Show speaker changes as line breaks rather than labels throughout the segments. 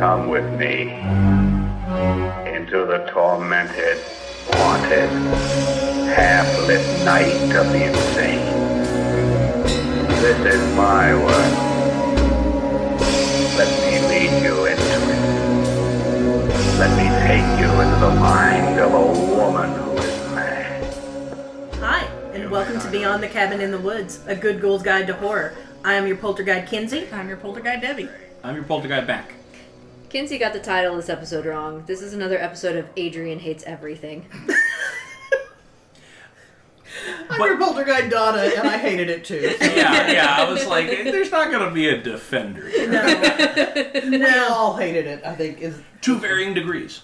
come with me into the tormented, haunted, half-lit night of the insane. This is my world. Let me lead you into it. Let me take you into the mind of a woman who is mad.
Hi, and welcome to Beyond the Cabin in the Woods, a good ghoul's guide to horror. I am your poltergeist, Kinsey.
I'm your poltergeist Debbie.
I'm your poltergeist back.
Kinsey got the title of this episode wrong. This is another episode of Adrian Hates Everything.
I'm
But-
your poltergeist Donna, and I hated it too.
Yeah, yeah. I was like, eh, there's not gonna be a defender. Here.
We all hated it, I think, is
To varying degrees.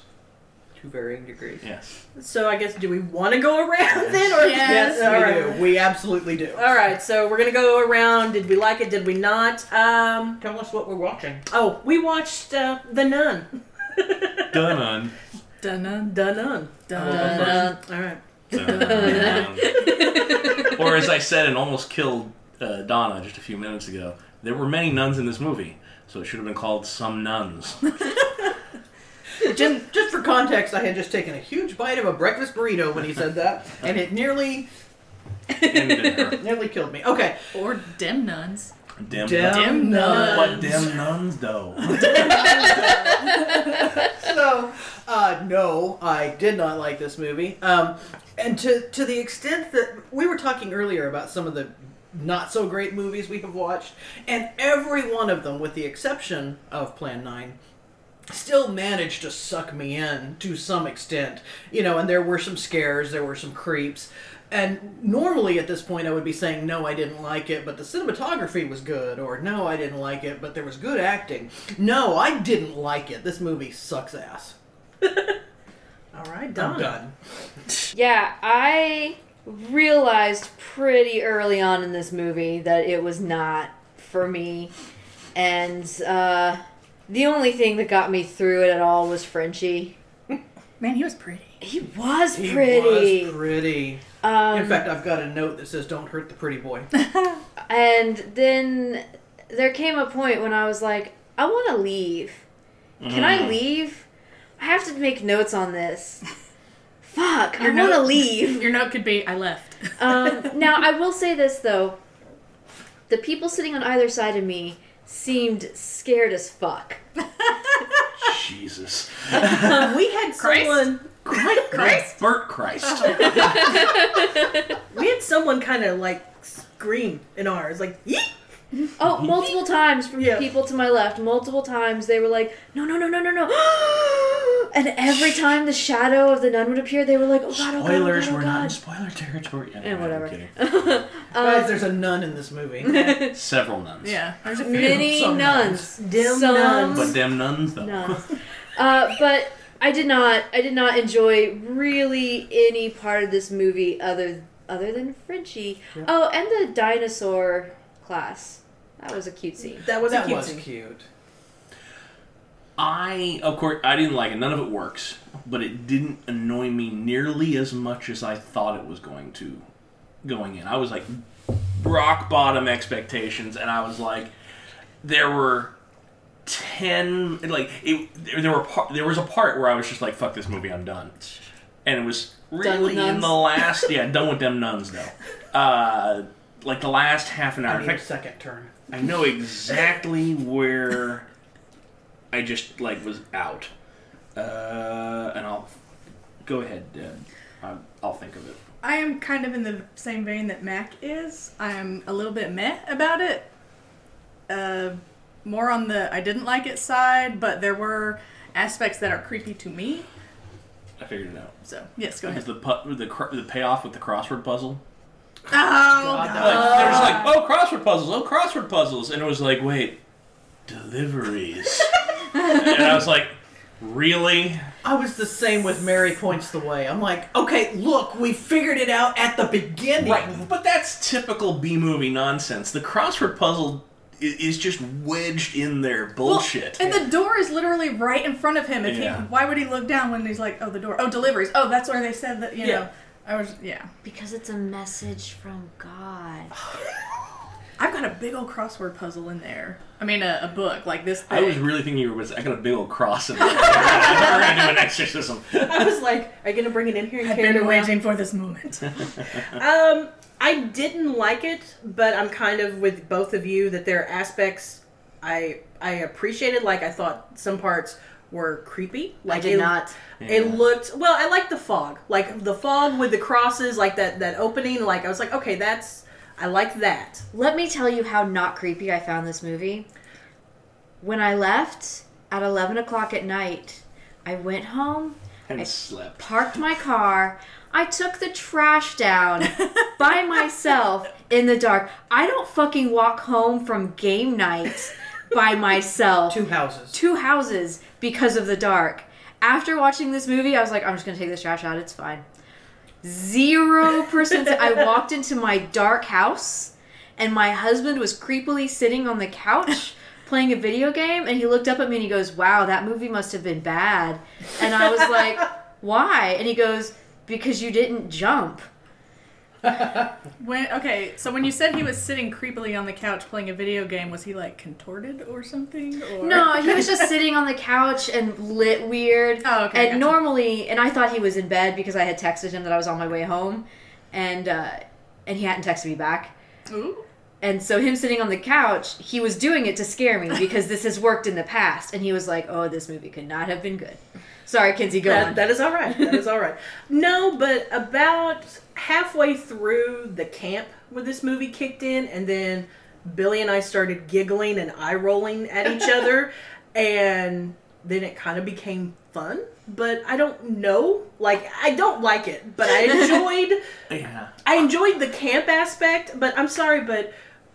to varying degrees.
Yes.
So I guess do we want to go around then, or
Yes,
all right.
we do. We absolutely do.
All right, so we're gonna go around. Did we like it? Did we not? Um,
Tell us what we're watching.
oh, we watched uh, The Nun.
Dun on.
Dun The Nun.
Oh,
Dun-dun.
All right.
or as I said and almost killed uh, Donna just a few minutes ago, there were many nuns in this movie, so it should have been called Some Nuns.
Just, just for context, I had just taken a huge bite of a breakfast burrito when he said that, and it nearly
Ended her.
nearly killed me. Okay.
Or dem nuns.
Damn, nuns.
Damn
nuns.
What damn nuns though?
so, uh, no, I did not like this movie. Um, and to to the extent that we were talking earlier about some of the not so great movies we have watched, and every one of them, with the exception of Plan Nine, still managed to suck me in to some extent. You know, and there were some scares, there were some creeps. And normally at this point I would be saying no I didn't like it, but the cinematography was good or no I didn't like it, but there was good acting. No, I didn't like it. This movie sucks ass.
All right,
I'm
Donna.
done.
yeah, I realized pretty early on in this movie that it was not for me. And uh, the only thing that got me through it at all was Frenchie.
Man, he was pretty.
He was
He
pretty.
was pretty.
Um,
In fact, I've got a note that says "Don't hurt the pretty boy."
And then there came a point when I was like, I want to leave. Can I leave? I have to make notes on this. Fuck, I
Your
want to
note-
leave.
Your note could be, I left.
um, now, I will say this though the people sitting on either side of me seemed scared as fuck.
Jesus.
Um, we had
Christ?
someone.
Christ. Bert Christ.
We had someone kind of like scream in ours, like yeet.
Oh, multiple times from
Yeah.
people to my left, multiple times they were like, no, no, no, no, no, no. and every time the shadow of the nun would appear, they were like, oh god, oh god, oh god,
Spoilers,
oh
we're not in
god.
spoiler territory. Anyway,
And
I'm kidding.
whatever.
Guys, there's a nun in this movie.
Several nuns.
Yeah, there's a few.
Many
Some
nuns.
Dim
Some
nuns.
But damn nuns though.
nuns. Uh, but I did not. I did not enjoy really any part of this movie other other than Frenchie. Oh, and the dinosaur class. That was a cute scene.
That was
that
a cute
was
scene.
cute.
I, of course, I didn't like it. None of it works, but it didn't annoy me nearly as much as I thought it was going to. Going in, I was like rock bottom expectations, and I was like, there were ten, like it. There, there were par- there was a part where I was just like, fuck this movie, I'm done, and it was really in
nuns.
the last, yeah, done with them nuns though. Uh, like the last half an hour. In
I need a
fact,
second turn.
I know exactly where I just like was out, uh, and I'll go ahead. Uh, I'll, I'll think of it.
I am kind of in the same vein that Mac is. I'm a little bit meh about it. Uh, more on the I didn't like it side, but there were aspects that are creepy to me.
I figured it out.
So, yes, go
Because
ahead.
the pu- the cr- the payoff with the crossword puzzle.
Oh,
God,
Like, they're just like, oh, crossword puzzles, oh, crossword puzzles, and it was like, wait, deliveries, and I was like, really?
I was the same with Mary points the way. I'm like, okay, look, we figured it out at the beginning.
Right, but that's typical B movie nonsense. The crossword puzzle i- is just wedged in there
Well,
bullshit.
and the door is literally right in front of him. If
Yeah.
he, why would he look down when he's like, oh, the door, oh, deliveries, oh, that's where they said that, you
Yeah.
know. I was, yeah.
Because it's a message from God.
I've got a big old crossword puzzle in there. I mean, a, a book like this.
I was
thick.
really thinking you were. going to say, I got a big old cross in there. We're gonna do an exorcism.
I was like, are you gonna bring it in here and
I've
carry it
been
around?
waiting for this moment.
Um, I didn't like it, but I'm kind of with both of you that there are aspects I I appreciated. Like I thought some parts were creepy. Like
I did
it,
not.
It
Yeah.
looked well. I liked the fog, like the fog with the crosses, like that that opening. Like I was like, okay, that's I like that.
Let me tell you how not creepy I found this movie. When I left at 11 o'clock at night, I went home,
And slept.
parked my car, I took the trash down by myself in the dark. I don't fucking walk home from game night by myself.
Two houses.
two houses because of the dark. After watching this movie, I was like, I'm just gonna take this trash out. It's fine. Zero percent. I walked into my dark house, and my husband was creepily sitting on the couch playing a video game, and he looked up at me and he goes, "Wow, that movie must have been bad." And I was like, "Why?" And he goes, "Because you didn't jump."
When okay, so when you said he was sitting creepily on the couch playing a video game, was he like contorted or something? Or?
No, he was just sitting on the couch and lit weird.
Oh, okay,
And
gotcha.
normally, and I thought he was in bed because I had texted him that I was on my way home, and uh, and he hadn't texted me back.
Ooh.
And so him sitting on the couch, he was doing it to scare me because this has worked in the past. And he was like, "Oh, this movie could not have been good." Sorry, Kinsey, go
That,
on.
that is all right. That is all right. No, but about halfway through, the camp with this movie kicked in, and then Billy and I started giggling and eye rolling at each other, and then it kind of became fun. But I don't know. Like I don't like it, but I enjoyed.
Yeah.
I enjoyed the camp aspect. But I'm sorry, but.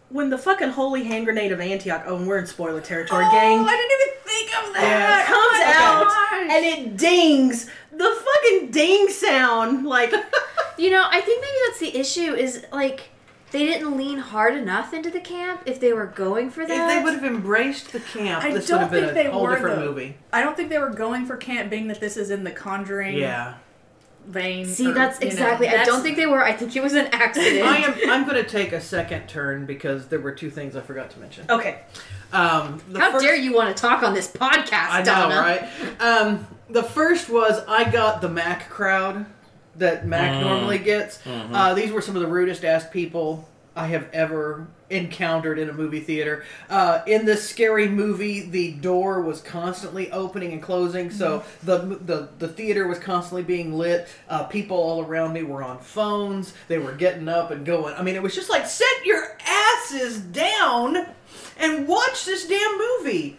When the fucking holy hand grenade of Antioch, oh, and we're in spoiler territory, gang
Oh,
Oh, I didn't even think of
Yeah.
that.
comes
Oh
out
my
and it dings the fucking ding sound like
You know, I think maybe that's the issue is like they didn't lean hard enough into the camp if they were going for
If
that.
they would have embraced the camp,
I
this would
don't
have been
think
a
they
whole
were
different
though.
movie.
gosh. I don't think they were going for camp, being that this is in the Conjuring
Yeah.
vein.
See,
or,
that's
you know,
exactly. I
that's- Oh,
don't think they were. I think it was an accident.
I am. I'm going to take a second turn because there were two things I forgot to mention.
okay
Um, the
How
first,
dare you want to talk on this podcast,
I know,
Donna?
right? Um, the first was I got the Mac crowd that Mac normally gets. Uh, these were some of the rudest ass people I have ever encountered in a movie theater. Uh, in this scary movie, the door was constantly opening and closing, so the, the the theater was constantly being lit. Uh, people all around me were on phones. They were getting up and going. I mean, it was just like set your asses down and watch this damn movie.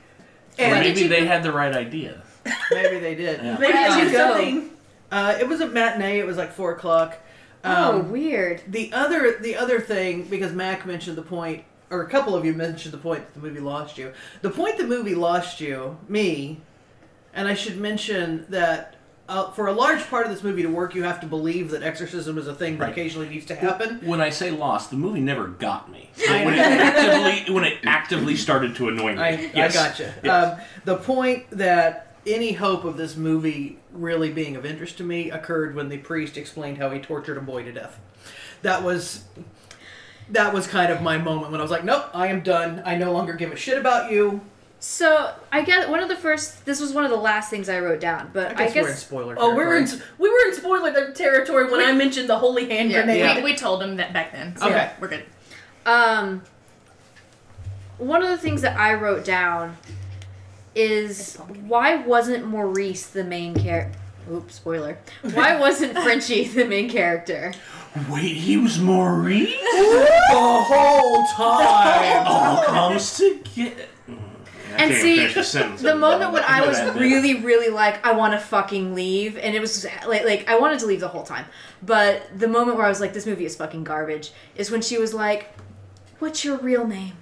Or
And
maybe they had the right idea.
Maybe they did.
Yeah.
maybe
Where did
you
you go?
something
Uh, it was a matinee. It was like four o'clock.
Oh,
Um,
weird.
the other the other thing because Mac mentioned the point, or a couple of you mentioned the point that the movie lost you. The point the movie lost you, me, and I should mention that. Uh, for a large part of this movie to work, you have to believe that exorcism is a thing that
Right.
occasionally needs to happen.
When I say lost, the movie never got me.
I
When it actively, when it actively started to annoy me.
I,
yes.
I gotcha.
Yes.
Um, the point that any hope of this movie really being of interest to me occurred when the priest explained how he tortured a boy to death. That was that was kind of my moment when I was like, nope, I am done. I no longer give a shit about you.
So I guess one of the first. This was one of the last things I wrote down, but
I
I
guess,
guess,
we're in spoiler.
oh we were in
territory.
we were in spoiler territory when i mentioned the holy hand
Yeah.
grenade
Yeah.
We, we told him that back then. So
Okay.
yeah, we're good.
um, one of the things that I wrote down is why wasn't Maurice the main character? Oops, spoiler. Why wasn't Frenchie the main character?
Wait, he was Maurice?
the whole time.
All comes to get.
And see, the moment when I was really, really like, I want to fucking leave, and it was like, like I wanted to leave the whole time. But the moment where I was like, this movie is fucking garbage, is when she was like, "What's your real name?"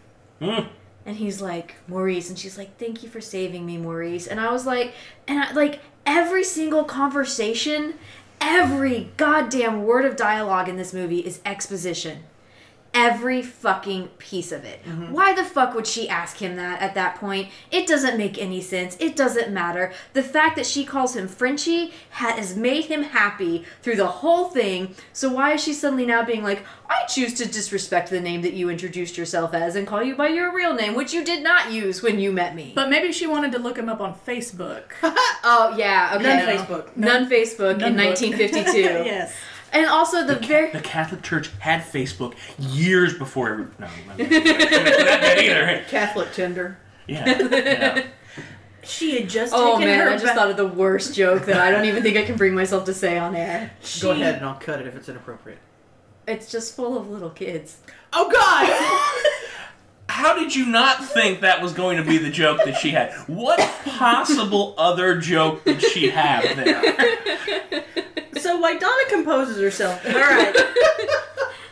Mm.
And he's like, "Maurice," and she's like, "Thank you for saving me, Maurice." And I was like, and I, like every single conversation, every goddamn word of dialogue in this movie is exposition
every fucking piece of it. Why the fuck would she ask him that at that point? It doesn't make any sense. It doesn't matter. The fact that she calls him Frenchie ha- has made him happy through the whole thing. So why is she suddenly now being like, I choose to disrespect the name that you introduced yourself as and call you by your real name, which you did not use when you met me?
But maybe she wanted to look him up on Facebook.
oh yeah, okay.
None Facebook.
None Facebook in
None book.
1952.
yes.
And also the very
The Catholic Church had Facebook years before every. No, I'm not gonna say that bad either.
Catholic Tinder.
Yeah, yeah.
She had just
Oh
taken
man,
her
I just
ba-
thought of the worst joke that I don't even think I can bring myself to say on air.
Go ahead and I'll cut it if it's inappropriate.
It's just full of little kids.
Oh God!
How did you not think that was going to be the joke that she had? What possible other joke did she have there?
So why Donna composes herself. All right.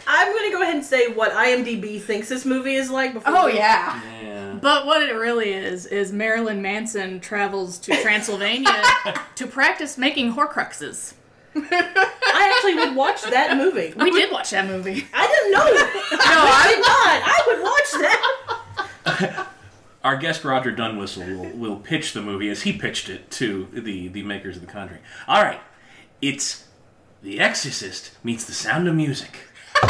I'm going to go ahead and say what IMDb thinks this movie is like before.
Oh,
we-
Oh, yeah.
Yeah.
But what it really is is Marilyn Manson travels to Transylvania to practice making Horcruxes.
I actually would watch that movie.
We did watch that movie.
I didn't know. no, I did not. I would watch that.
Our guest Roger Dunwhistle will, will pitch the movie as he pitched it to the, the makers of The Conjuring. All right, it's The Exorcist meets The Sound of Music.
Why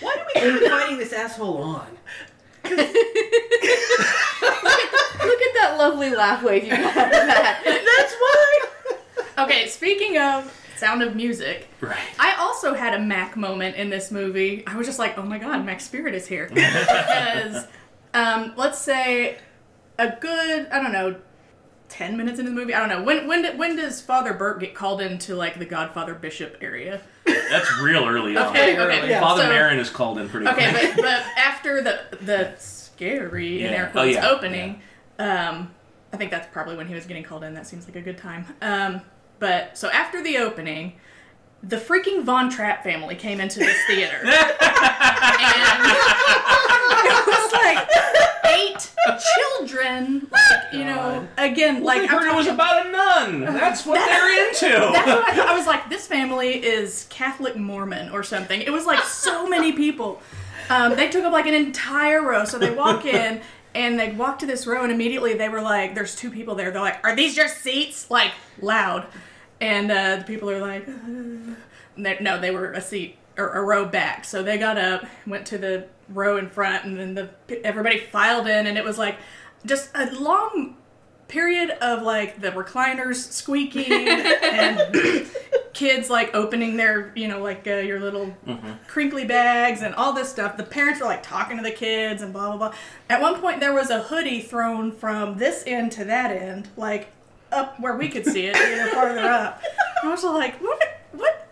do we keep inviting this asshole on?
Look at that lovely laugh wave you got at that.
That's why.
Okay, speaking of Sound of Music,
Right.
I also had a Mac moment in this movie. I was just like, oh my god, Mac Spirit is here. because, um, let's say, a good, I don't know, 10 minutes into the movie? I don't know. When, when, did, when does Father Burt get called into, like, the Godfather Bishop area?
That's real early on.
Okay, okay.
Yeah.
Father
so-
Marin is called in pretty
Okay,
quick.
but, but after the the scary in
Yeah.
air
Oh,
quotes
yeah.
opening, um, I think that's probably when he was getting called in. That seems like a good time. Um, but so after the opening, the freaking Von Trapp family came into this theater, and it was like eight children. Like, you know, again,
Like,
like
they heard it was
talking-
about a nun. That's what they're into.
that's what I, I was like. This family is Catholic Mormon or something. It was like so many people. Um, they took up like an entire row. So they walk in and they walk to this row, and immediately they were like, "There's two people there." They're like, "Are these your seats?" Like loud, and uh, the people are like, and they- no, they were a seat or a row back. So they got up, went to the row in front, and then the everybody filed in, and it was like just a long period of like the recliners squeaking and kids like opening their you know like uh, your little crinkly bags and all this stuff the parents were like talking to the kids and blah blah blah at one point there was a hoodie thrown from this end to that end like up where we could see it you know farther up and i was just like what what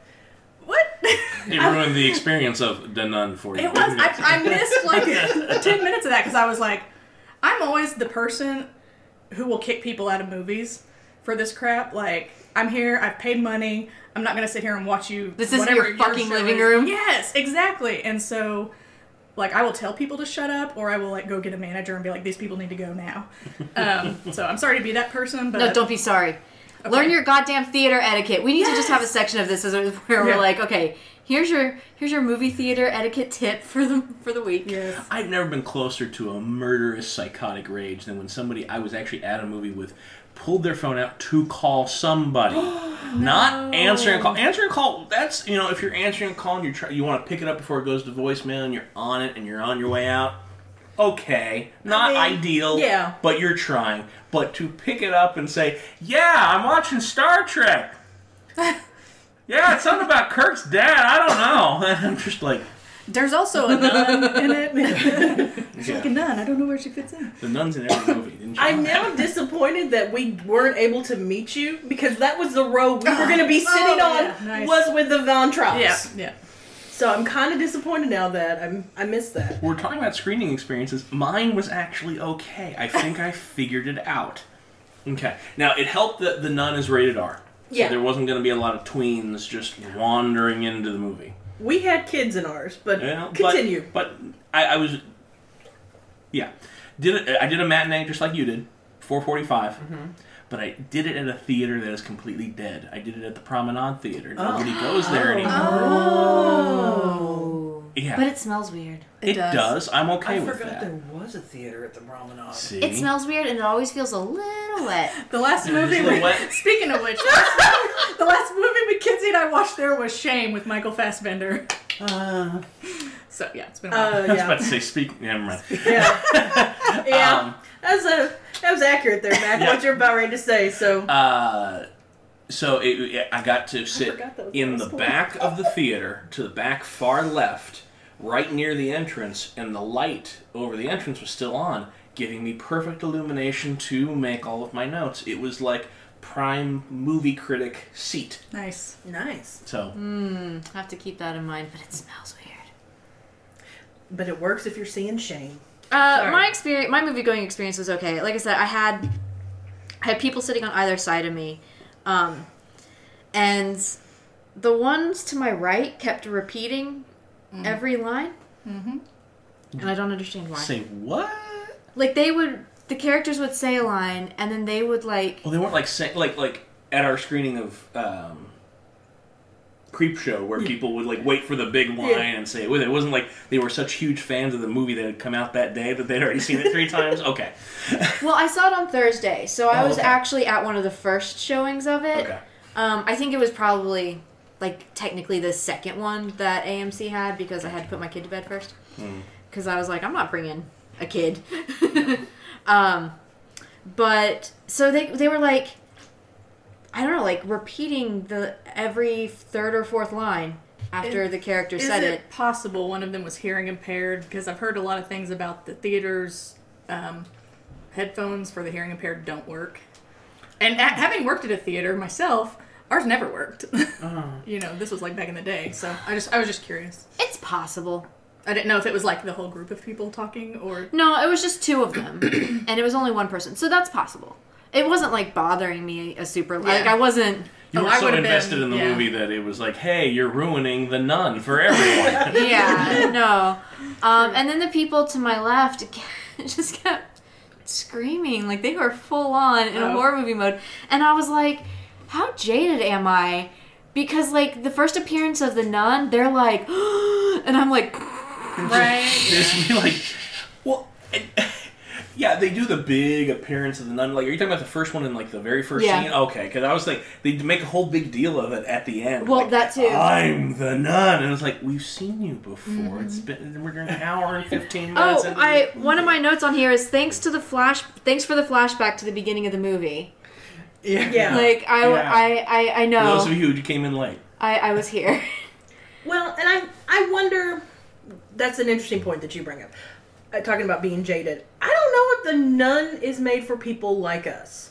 what
It ruined the experience of the nun for you.
it was.
didn't
I, I missed like ten minutes of that because I was like, I'm always the person who will kick people out of movies for this crap. Like, I'm here. I've paid money. I'm not gonna sit here and watch you.
This isn't
whatever
your fucking
show
living
is.
room?
Yes, exactly. And so, like, I will tell people to shut up, or I will like go get a manager and be like, these people need to go now. Um, so I'm sorry to be that person, but
No, don't be sorry. Learn your goddamn theater etiquette. We need to just have a
Yes.
section of this as a- where we're
Yeah.
like, okay, here's your here's your movie theater etiquette tip for the for the week.
Yes.
I've never been closer to a murderous psychotic rage than when somebody I was actually at a movie with pulled their phone out to call somebody. Not answer and call. Answer and call. That's you know if you're answering a call and you're try, you want to pick it up before it goes to voicemail and you're on it and you're on your way out. Okay, not
I mean,
ideal.
yeah.
but you're trying. But to pick it up and say, "Yeah, I'm watching Star Trek." yeah, it's something about Kirk's dad. I don't know. And I'm just like.
There's also a nun in it. She's like a
yeah.
nun. I don't know where she fits in.
The nuns in every movie, didn't you?
I'm now disappointed that we weren't able to meet you because that was the row we were going to be sitting
Oh,
on
yeah, nice.
was with the Von Trapps.
Yeah. Yeah.
So I'm kind of disappointed now that I'm I missed that.
We're talking about screening experiences. Mine was actually okay. I think I figured it out. Okay. Now it helped that the nun is rated R. So
Yeah.
there wasn't going to be a lot of tweens just wandering into the movie.
We had kids in ours, but
Yeah, but-
continue.
But, I, I was, yeah, did a, I did a matinee just like you did, four forty-five. But I did it at a theater that is completely dead. I did it at the Promenade Theater. Nobody goes there anymore.
Oh.
Yeah,
But it smells weird.
it, does. I'm okay
I
with
forgot
that.
there was a theater at the Promenade.
See?
It smells weird and it always feels a little wet.
The last movie
you know
we,
what?
speaking of which, the last movie McKinsey and I watched there was Shame with Michael Fassbender.
Uh,
So yeah, it's been a while.
Uh,
I was about
yeah.
to say, speak. Never mind.
yeah. yeah.
Um,
that was a that was accurate there, Mac.
Yeah.
What you're about ready to say. So
Uh, so it, it- I got to sit
forgot that was
in
the
the
last one.
back of the theater, to the back far left, right near the entrance, and the light over the entrance was still on, giving me perfect illumination to make all of my notes. It was like prime movie critic seat.
nice.
nice,
So
Mm,
I have to keep that in mind, but it smells weird.
but it works if you're seeing Shane.
Uh,
Sorry.
my experience, my movie going experience was okay. Like I said, I had I had people sitting on either side of me, um, and the ones to my right kept repeating every line,
Mhm.
and I don't understand why.
say what?
Like they would, the characters would say a line, and then they would like,
Well, they weren't like say, like like at our screening of. Um, Creep show where people would like wait for the big line and say it with it. It wasn't like they were such huge fans of the movie that had come out that day that they'd already seen it three times. Okay.
well, I saw it on Thursday, so I
Oh,
was
okay.
actually at one of the first showings of it.
Oh,
Okay.
Um, I think it was probably like technically the second one that AMC had because I had to put my kid to bed first. Because I was like, I'm not bringing a kid. um, but so they they were like, I don't know, like repeating the every third or fourth line after
Is-
the character
Is
said it.
it possible one of them was hearing impaired? Because I've heard a lot of things about the theaters. Um, headphones for the hearing impaired don't work. And a- having worked at a theater myself, ours never worked. you know, this was like back in the day, so I just I was just curious.
It's possible.
I didn't know if it was like the whole group of people talking or
No, it was just two of them, and it was only one person, so that's possible. It wasn't like bothering me a super like
Yeah.
I wasn't.
You
Oh,
were
I
so
would've
invested
been-
in the
yeah.
movie that it was like, hey, you're ruining the nun for everyone.
yeah, no. Um, and then the people to my left just kept screaming like they were full on in
Oh.
a horror movie mode, and I was like, "How jaded am I?" Because like the first appearance of the nun, they're like, and I'm like,
right.
Just be like, well, and, yeah, they do the big appearance of the nun. Like, are you talking about the first one in like the very first
Yeah.
scene? Okay, because I was like, they make a whole big deal of it at the end.
Well,
like,
that too.
I'm the nun, and it's like we've seen you before. It's been we're an hour and fifteen minutes.
"Oh,
into
I."
this movie.
One of my notes on here is thanks to the flash, thanks for the flashback to the beginning of the movie.
yeah.
Yeah.
Like I,
Yeah.
I, I, I
For those
know,
of you who came in late,
I, I was here.
Well, and I I wonder. That's an interesting point that you bring up. Uh, talking about being jaded, I don't know if the nun is made for people like us.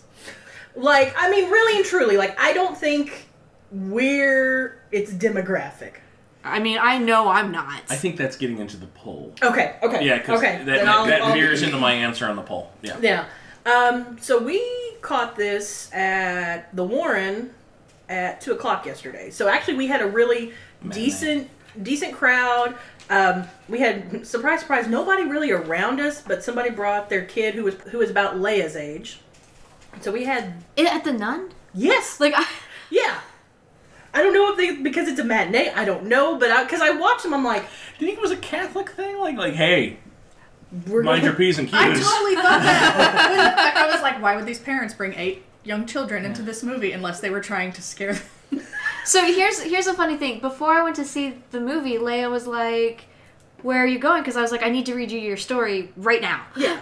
Like, I mean, really and truly, like, I don't think we're its demographic.
I mean, I know I'm not.
I think that's getting into the poll.
Okay, okay,
Yeah, because
Oh, okay.
that,
then
that,
I'll-
that
I'll be-
mirrors into my answer on the poll. Yeah.
Yeah. Um, so we caught this at the Warren at two o'clock yesterday. So actually, we had a really decent decent crowd. Um, we had surprise surprise nobody really around us, but somebody brought their kid who was who was about Leia's age. So we had
It, at the nun,
yes,
like I.
yeah. I don't know if they because it's a matinee. I don't know, but because I, watched them, I'm like,
Do you think it was a Catholic thing? Like, like, hey,
we're
mind your
gonna,
p's and
I
q's.
totally thought that. I was like, why would these parents bring eight young children into this movie unless they were trying to scare them?
So here's here's a funny thing. Before I went to see the movie, Leia was like, "Where are you going?" Because I was like, "I need to read you your story right now."
Yeah.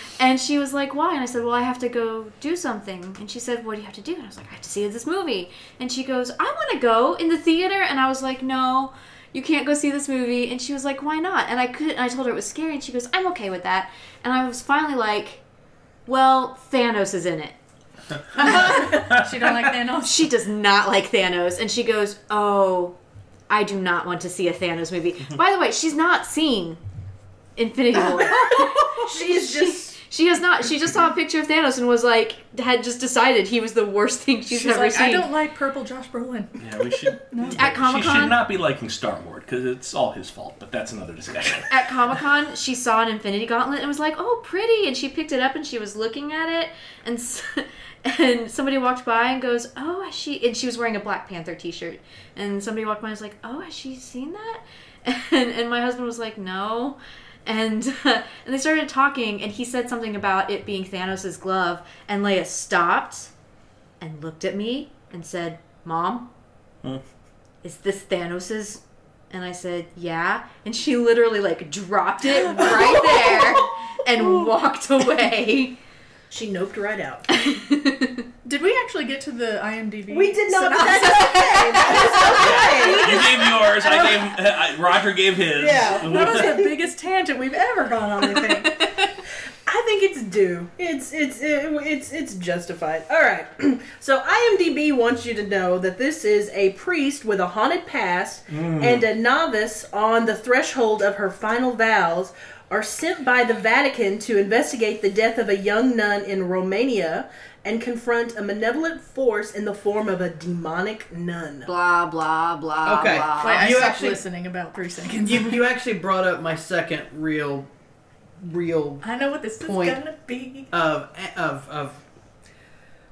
and she was like, "Why?" And I said, "Well, I have to go do something." And she said, "What do you have to do?" And I was like, "I have to see this movie." And she goes, "I want to go in the theater." And I was like, "No." You can't go see this movie, and she was like, "Why not?" And I could. And I told her it was scary, and she goes, "I'm okay with that." And I was finally like, "Well, Thanos is in it."
She don't like Thanos.
she does not like Thanos, and she goes, "Oh, I do not want to see a Thanos movie." By the way, she's not seen Infinity War.
she's just
She has not. She just saw a picture of Thanos and was like, had just decided he was the worst thing she's,
She's,
ever
like,
seen.
I don't like purple Josh Brolin.
Yeah, we should.
At
she should
Comic-Con?
not be liking Star Wars because it's all his fault. But that's another discussion.
at Comic Con, she saw an Infinity Gauntlet and was like, "Oh, pretty!" And she picked it up and she was looking at it, and s- and somebody walked by and goes, "Oh, has she?" And she was wearing a Black Panther T-shirt, and somebody walked by and was like, "Oh, has she seen that?" And and my husband was like, "No." And and they started talking, and he said something about it being Thanos' glove, and Leia stopped and looked at me and said, "Mom,
Hmm.
is this Thanos's and I said, "Yeah." And she literally like dropped it right there and walked away.
She noped right out.
Did we actually get to the IMDb?
That's
synopsis?
okay. That is okay.
you gave yours. I gave. I, Roger gave his.
Yeah,
That was the biggest tangent we've ever gone on. I think.
I think it's due. It's it's it, it's it's justified. All right. so IMDb wants you to know that this is a priest with a haunted past and a novice on the threshold of her final vows are sent by the Vatican to investigate the death of a young nun in Romania and confront a malevolent force in the form of a demonic nun.
Blah blah blah.
Okay.
Blah.
Wait, I
You
stopped
actually-
listening about three seconds.
You, you actually brought up my second real, real
I know what this
Point.
is gonna be.
of of of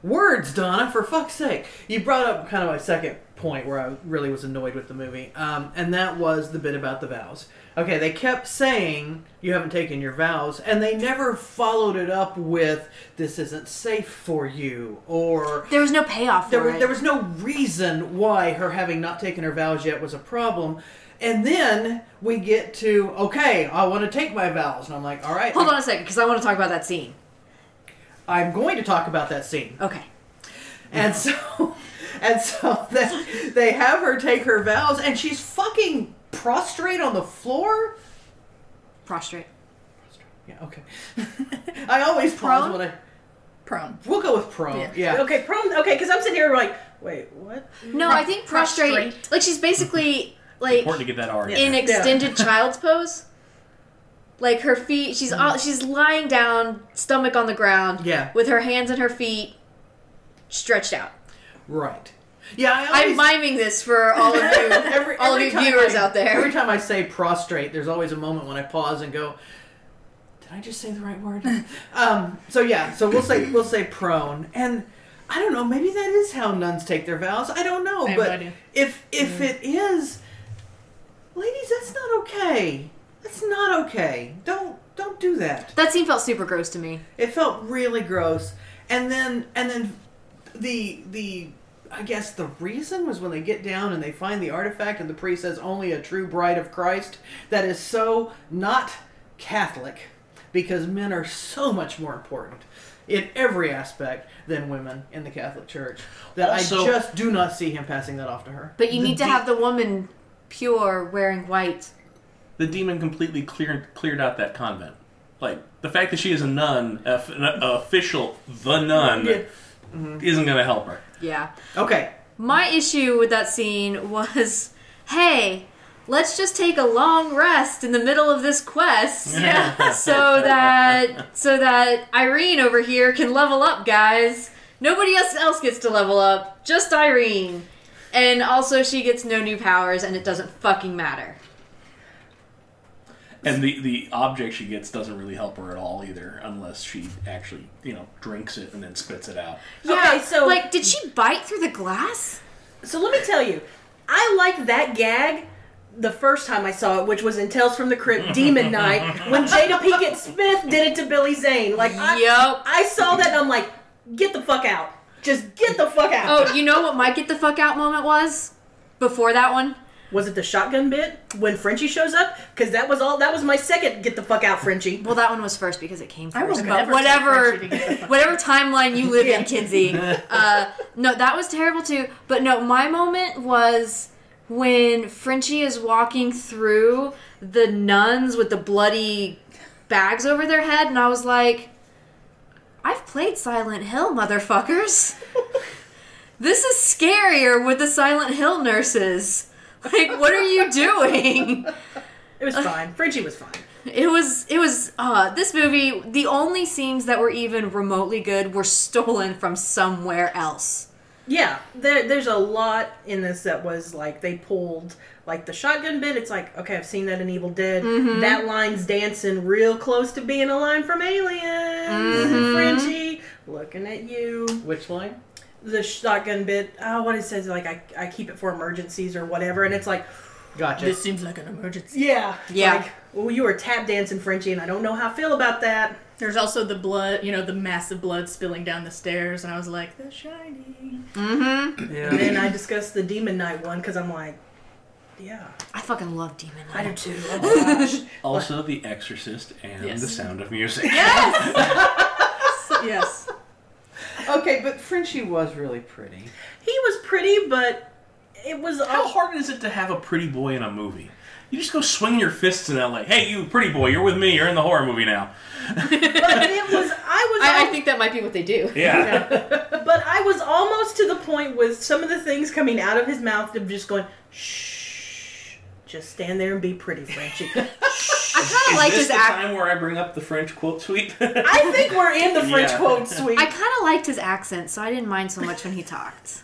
words, Donna. For fuck's sake, you brought up kind of my second point where I really was annoyed with the movie, um, and that was the bit about the vows. Okay, they kept saying you haven't taken your vows, and they never followed it up with "this isn't safe for you" or
There was no payoff
there,
for
were,
it.
there was no reason why her having not taken her vows yet was a problem. And then we get to, okay, I want to take my vows. And I'm like, all right,
Hold on a second, because I want to talk about that scene.
I'm going to talk about that scene.
Okay.
And so, and so they, they have her take her vows, and she's fucking prostrate on the floor.
Prostrate.
Yeah, okay. I always pause
Prone?
when I.
Prone.
We'll go with prone. Yeah.
Yeah.
Okay, prom. Okay, because I'm sitting here like, wait, what?
No, I think prostrate.
Prostrate.
Like she's basically like
important to get that R. in
in
there.
extended child's pose. Like her feet, she's all she's lying down, stomach on the ground,
Mm. Yeah.
with her hands and her feet stretched out.
Right. Yeah, I
I'm
always.
miming this for all of you,
every,
all
every
of you
time
viewers
I-
out there.
Every time I say prostrate, there's always a moment when I pause and go, "Did I just say the right word?" um, so yeah, so we'll say we'll say prone, and I don't know. Maybe that is how nuns take their vows. I don't know,
I have no
but
idea.
if if it is, ladies, that's not okay. That's not okay. Don't don't do that.
That scene felt super gross to me.
It felt really gross. And then and then the the I guess the reason was when they get down and they find the artifact and the priest says only a true bride of Christ that is so not Catholic because men are so much more important in every aspect than women in the Catholic Church that I
Also-
just do not see him passing that off to her.
But you need to
de-
have the woman pure wearing white.
The demon completely cleared cleared out that convent. Like the fact that she is a nun, a, f- an official the nun,
Yeah.
isn't going to help her.
Yeah.
Okay.
My issue with that scene was hey, let's just take a long rest in the middle of this quest so that so that Irene over here can level up, guys. Nobody else else gets to level up, just Irene. And also she gets no new powers and it doesn't fucking matter.
And the, the object she gets doesn't really help her at all either, unless she actually, you know, drinks it and then spits it out.
Yeah,
Okay, so-
like did she bite through the glass?
So let me tell you, I like that gag the first time I saw it, which was in Tales from the Crypt Demon Night, when Jada Pinkett Smith did it to Billy Zane. Like, I,
Yup.
I saw that and I'm like, get the fuck out. Just get the fuck out.
Oh, you know what my get the fuck out moment was? Before that one?
Was it the shotgun bit when Frenchie shows up? Because that was all. That was my second get the fuck out, Frenchie.
Well, that one was first because it came
I
first.
will
But
never
whatever,
take Reggie to get the fuck
whatever timeline you live in, Kinsey. Uh, no, that was terrible too. But no, my moment was when Frenchie is walking through the nuns with the bloody bags over their head, and I was like, I've played Silent Hill, motherfuckers. this is scarier with the Silent Hill nurses. Like, what are you doing?
It was fine. Frenchie was fine.
It was it was uh this movie the only scenes that were even remotely good were stolen from somewhere else.
Yeah, there, there's a lot in this that was like they pulled like the shotgun bit. It's like okay, I've seen that in Evil Dead. That line's dancing real close to being a line from Aliens. Mm-hmm. Frenchie, looking at you.
Which line?
The shotgun bit. Oh, what it says like I I keep it for emergencies or whatever, and it's like
Gotcha.
This seems like an emergency.
yeah, It's
Yeah.
Like, well, you were tap dancing Frenchie, and I don't know how I feel about that.
There's also the blood, you know, the massive blood spilling down the stairs, and I was like, The Shining.
And
yeah.
then I discussed the Demon Knight one because I'm like, yeah,
I fucking love Demon
I
Knight.
do too. Oh my gosh.
Also, The Exorcist and
Yes.
The Sound of Music.
yes.
Okay, but Frenchie was really pretty.
He was pretty, but it was
How
all
hard is it to have a pretty boy in a movie? You just go swinging your fists in LA. Hey, you pretty boy, you're with me. You're in the horror movie now.
but it was I was
I, I
al-
think that might be what they do.
Yeah.
but I was almost to the point with some of the things coming out of his mouth of just going shh just stand there and be pretty Frenchie.
I kind of
is
like
this
his
the
act.
time where I bring up the French quote suite?
I think we're in the French
Yeah.
quote suite.
I kind of liked his accent, so I didn't mind so much when he talked.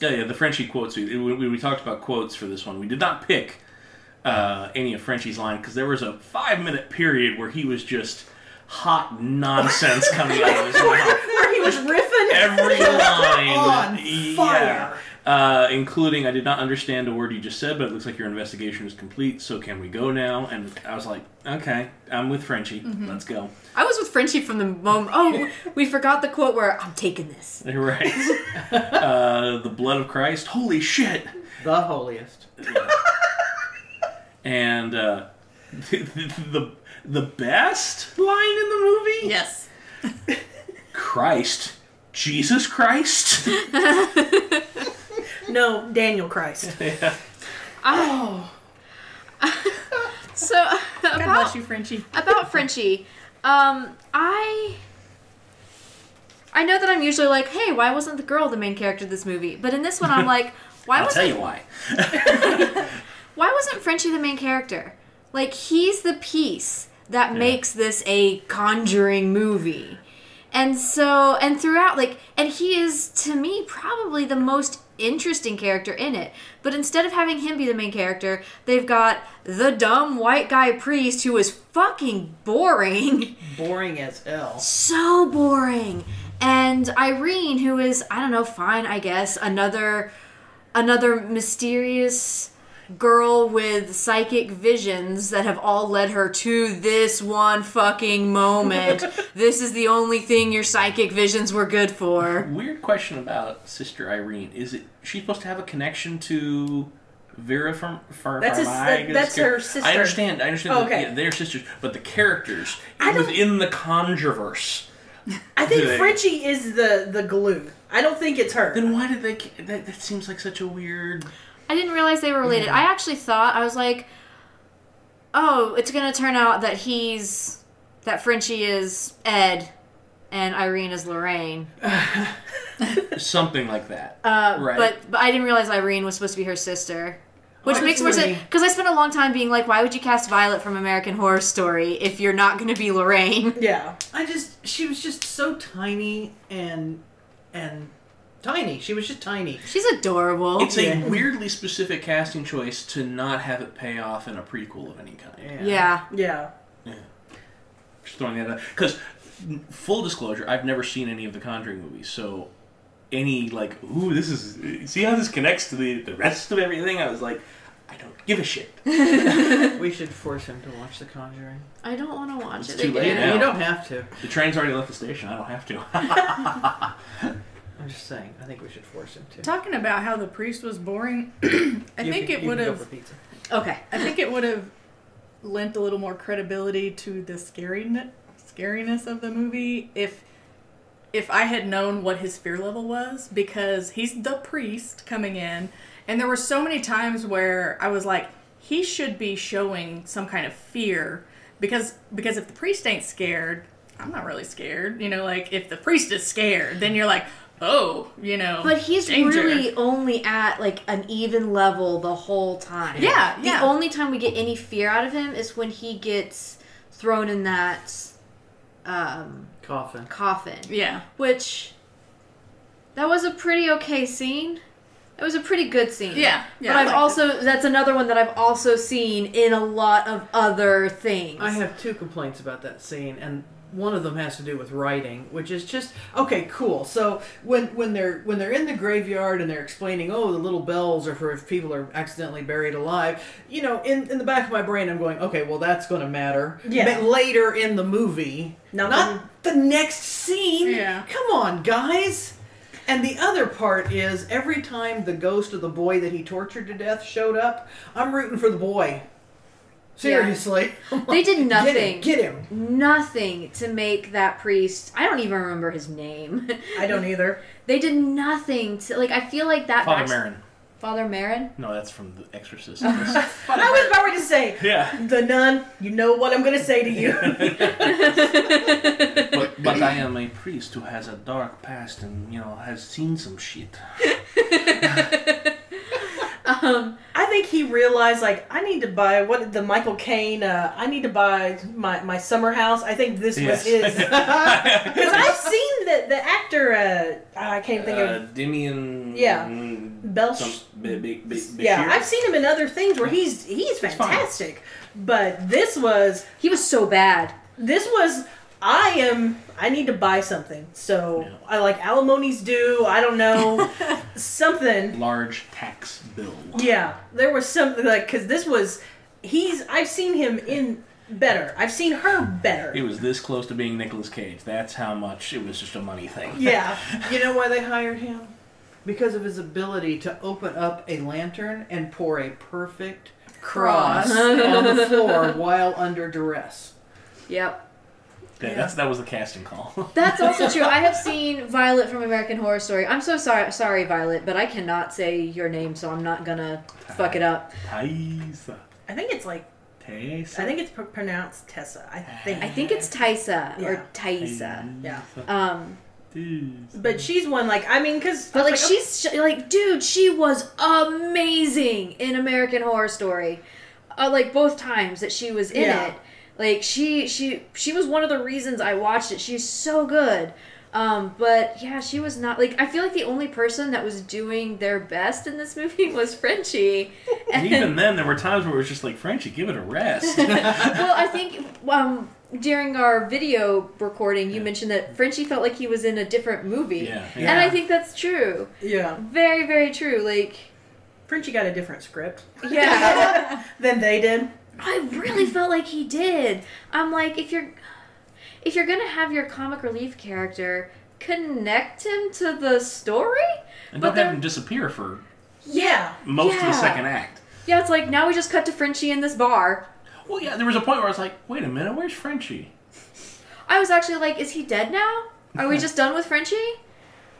Yeah, yeah, the Frenchie quotes. We, we, we talked about quotes for this one. We did not pick uh, any of Frenchie's line because there was a five minute period where he was just hot nonsense coming out of his mouth.
Where he was riffing.
Every line.
On
Yeah.
fire.
Uh, including, I did not understand a word you just said, but it looks like your investigation is complete, so can we go now? And I was like, okay, I'm with Frenchie. Let's go.
I was with Frenchie from the moment. Oh, we forgot the quote where I'm taking this.
You're right. uh, the blood of Christ. Holy shit.
The holiest.
and uh, the, the the best line in the movie.
Yes.
Christ, Jesus Christ.
No, Daniel Christ.
So
God
about
bless you, Frenchie.
about Frenchie, um, I I know that I'm usually like, hey, why wasn't the girl the main character of this movie? But in this one, I'm like, why
I'll tell
wasn't
you why.
why wasn't Frenchie the main character? Like he's the piece that makes this a conjuring movie. And so and throughout like and he is to me probably the most interesting character in it. But instead of having him be the main character, they've got the dumb white guy priest who is fucking boring.
Boring as hell.
so boring. And Irene, who is I don't know, fine, I guess, another another mysterious girl with psychic visions that have all led her to this one fucking moment. this is the only thing your psychic visions were good for.
Weird question about Sister Irene. Is it she's supposed to have a connection to Vera from Far,
That's his-
Farmiga, this
that's her
character?
sister.
I understand. I understand.
Oh,
that,
okay.
yeah, they're sisters, but the characters
I don't-
within the controversy.
I think
Dang.
Frenchie is the the glue. I don't think it's her.
Then why did they? ca- That, that seems like such a weird.
I didn't realize they were related. I actually thought I was like, oh, it's gonna turn out that he's that Frenchie is Ed and Irene is Lorraine.
Something like that.
Uh,
Right.
But but I didn't realize Irene was supposed to be her sister,
Oh,
which makes more sense.
Honestly.
Because I spent a long time being like, why would you cast Violet from American Horror Story if you're not going to be Lorraine?
Yeah.
I just she was just so tiny and and tiny. She was just tiny.
She's adorable.
It's a
Yeah.
weirdly specific casting choice to not have it pay off in a prequel of any kind.
yeah.
Yeah.
Just throwing that out. Because, full disclosure, I've never seen any of the Conjuring movies, so any, like, ooh, this is. See how this connects to the, the rest of everything? I was like, I don't give a shit.
We should force him to watch The Conjuring.
I don't want to watch
It's
it
too late
again.
now.
You don't have to.
The train's already left the station. I don't have to.
I'm just saying. I think we should force him to.
Talking about how the priest was boring, I
You
think
can-
it
you
would
can go
have
for pizza.
Okay.
I think it would have lent a little more credibility to the scariness, scariness of the movie if if I had known what his fear level was because he's the priest coming in and there were so many times where I was like he should be showing some kind of fear because because if the priest ain't scared I'm not really scared you know like if the priest is scared then you're like oh, you know.
But he's
danger.
really only at like an even level the whole time.
Yeah,
The
yeah.
only time we get any fear out of him is when he gets thrown in that um,
Coffin.
coffin.
Yeah.
Which that was a pretty okay scene. It was a pretty good scene.
Yeah, yeah,
but
I
I've
liked
also that's another one that I've also seen in a lot of other things.
I have two complaints about that scene, and one of them has to do with writing, which is just okay, cool. So when when they're when they're in the graveyard and they're explaining, oh, the little bells are for if people are accidentally buried alive. You know, in in the back of my brain, I'm going, okay, well that's going to matter.
Yeah.
But later in the movie,
Not
not,
the-
the next scene.
Yeah.
Come on, guys. And the other part is every time the ghost of the boy that he tortured to death showed up, I'm rooting for the boy. Seriously.
They did
Get
nothing.
him, get him.
nothing to make that priest. I don't even remember his name.
I don't either.
they did nothing to like. I feel like that
Father
backst-
Marin.
Father Marin.
No, that's from The Exorcist.
I was about ready to say,
yeah.
the nun, you know what I'm going to say to you.
But, but I am a priest who has a dark past and, you know, has seen some shit.
Um,
I think he realized, like, I need to buy what the Michael Caine, uh, I need to buy my, my summer house. I think this was
Yes.
his. Because I've seen the, the actor, uh, I can't think
Uh,
of.
Demian.
Yeah. Belsh- Yeah, I've seen him in other things where he's he's
fine.
fantastic, but this was
He was so bad.
this was I am I need to buy something. So
Yeah.
I like alimonies due, I don't know, something.
Large tax bill.
Yeah, there was something like cuz this was he's I've seen him in better. I've seen her better.
It was this close to being Nicolas Cage. That's how much it was just a money thing.
Yeah.
You know why they hired him? Because of his ability to open up a lantern and pour a perfect cross on the floor while under duress.
Yep.
That, That's, that was the casting call.
That's also true. I have seen Violet from American Horror Story. I'm so sorry, sorry, Violet, but I cannot say your name, so I'm not gonna fuck it up.
Taisa.
I think it's like
Taisa.
I think it's pr- pronounced Tessa. I think.
I think it's Tysa
Yeah.
or Taisa.
yeah.
Um,
But she's one like I mean cuz
but like she's sh- like, dude, she was amazing in American Horror Story. Uh, like both times that she was in
Yeah.
it, like she she she was one of the reasons I watched it. She's so good. Um, but yeah, she was not like I feel like the only person that was doing their best in this movie was Frenchie.
And even then, there were times where it was just like, Frenchie, give it a rest.
well, I think um, during our video recording, you mentioned that Frenchie felt like he was in a different movie.
Yeah.
And I think that's true.
yeah.
Very, very true. Like,
Frenchie got a different script
yeah.
than they did.
I really felt like he did. I'm like, if you're if you're gonna have your comic relief character connect him to the story,
and
but
don't have
then
him disappear for
Yeah.
most of the
Yeah.
second act.
yeah, it's like now we just cut to Frenchie in this bar.
Well, yeah, there was a point where I was like, wait a minute, where's Frenchie?
I was actually like, is he dead now? Are we just done with Frenchie?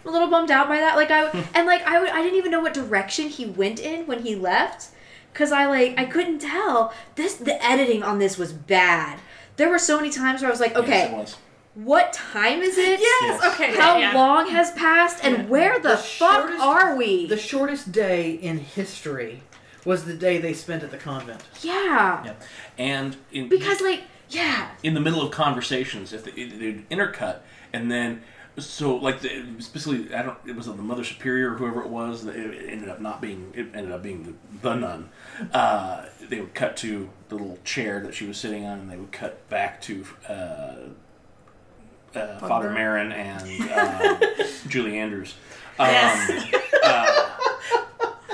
I'm a little bummed out by that. Like I and like I would, I didn't even know what direction he went in when he left, cause I like I couldn't tell. This the editing on this was bad. There were so many times where I was like,
Yes, it
okay,
was.
what time is it?
Yes.
Okay.
How
yeah, yeah.
long has passed, and where the,
The
fuck
shortest-
are we?
The shortest day in history was the day they spent at the convent.
yeah,
Yeah. And in,
because like yeah,
in the middle of conversations, if they, they'd intercut, and then so like the, specifically, I don't. It was the Mother Superior or whoever it was. It it ended up not being. It ended up being the, the nun. Uh, they would cut to the little chair that she was sitting on, and they would cut back to. Uh, uh, Father Marin and uh, Julie Andrews. Um, uh,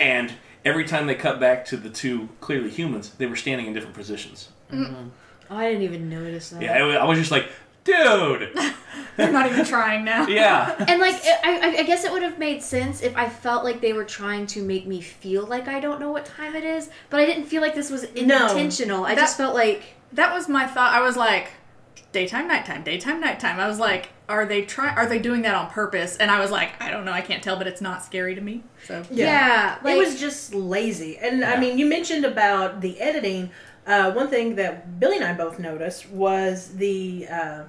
and every time they cut back to the two clearly humans, they were standing in different positions.
oh, I didn't even notice that.
Yeah, I wa- I was just like, dude.
They're not even trying now.
Yeah.
And like, I, I- I guess it would have made sense if I felt like they were trying to make me feel like I don't know what time it is, but I didn't feel like this was intentional. I
That-
just felt like
That was my thought. I was like, daytime, nighttime, daytime, nighttime. I was like, are they try? Are they doing that on purpose? And I was like, I don't know. I can't tell, but it's not scary to me. So
yeah, like,
it was just lazy. And I mean, you mentioned about the editing. Uh, one thing that Billy and I both noticed was the uh,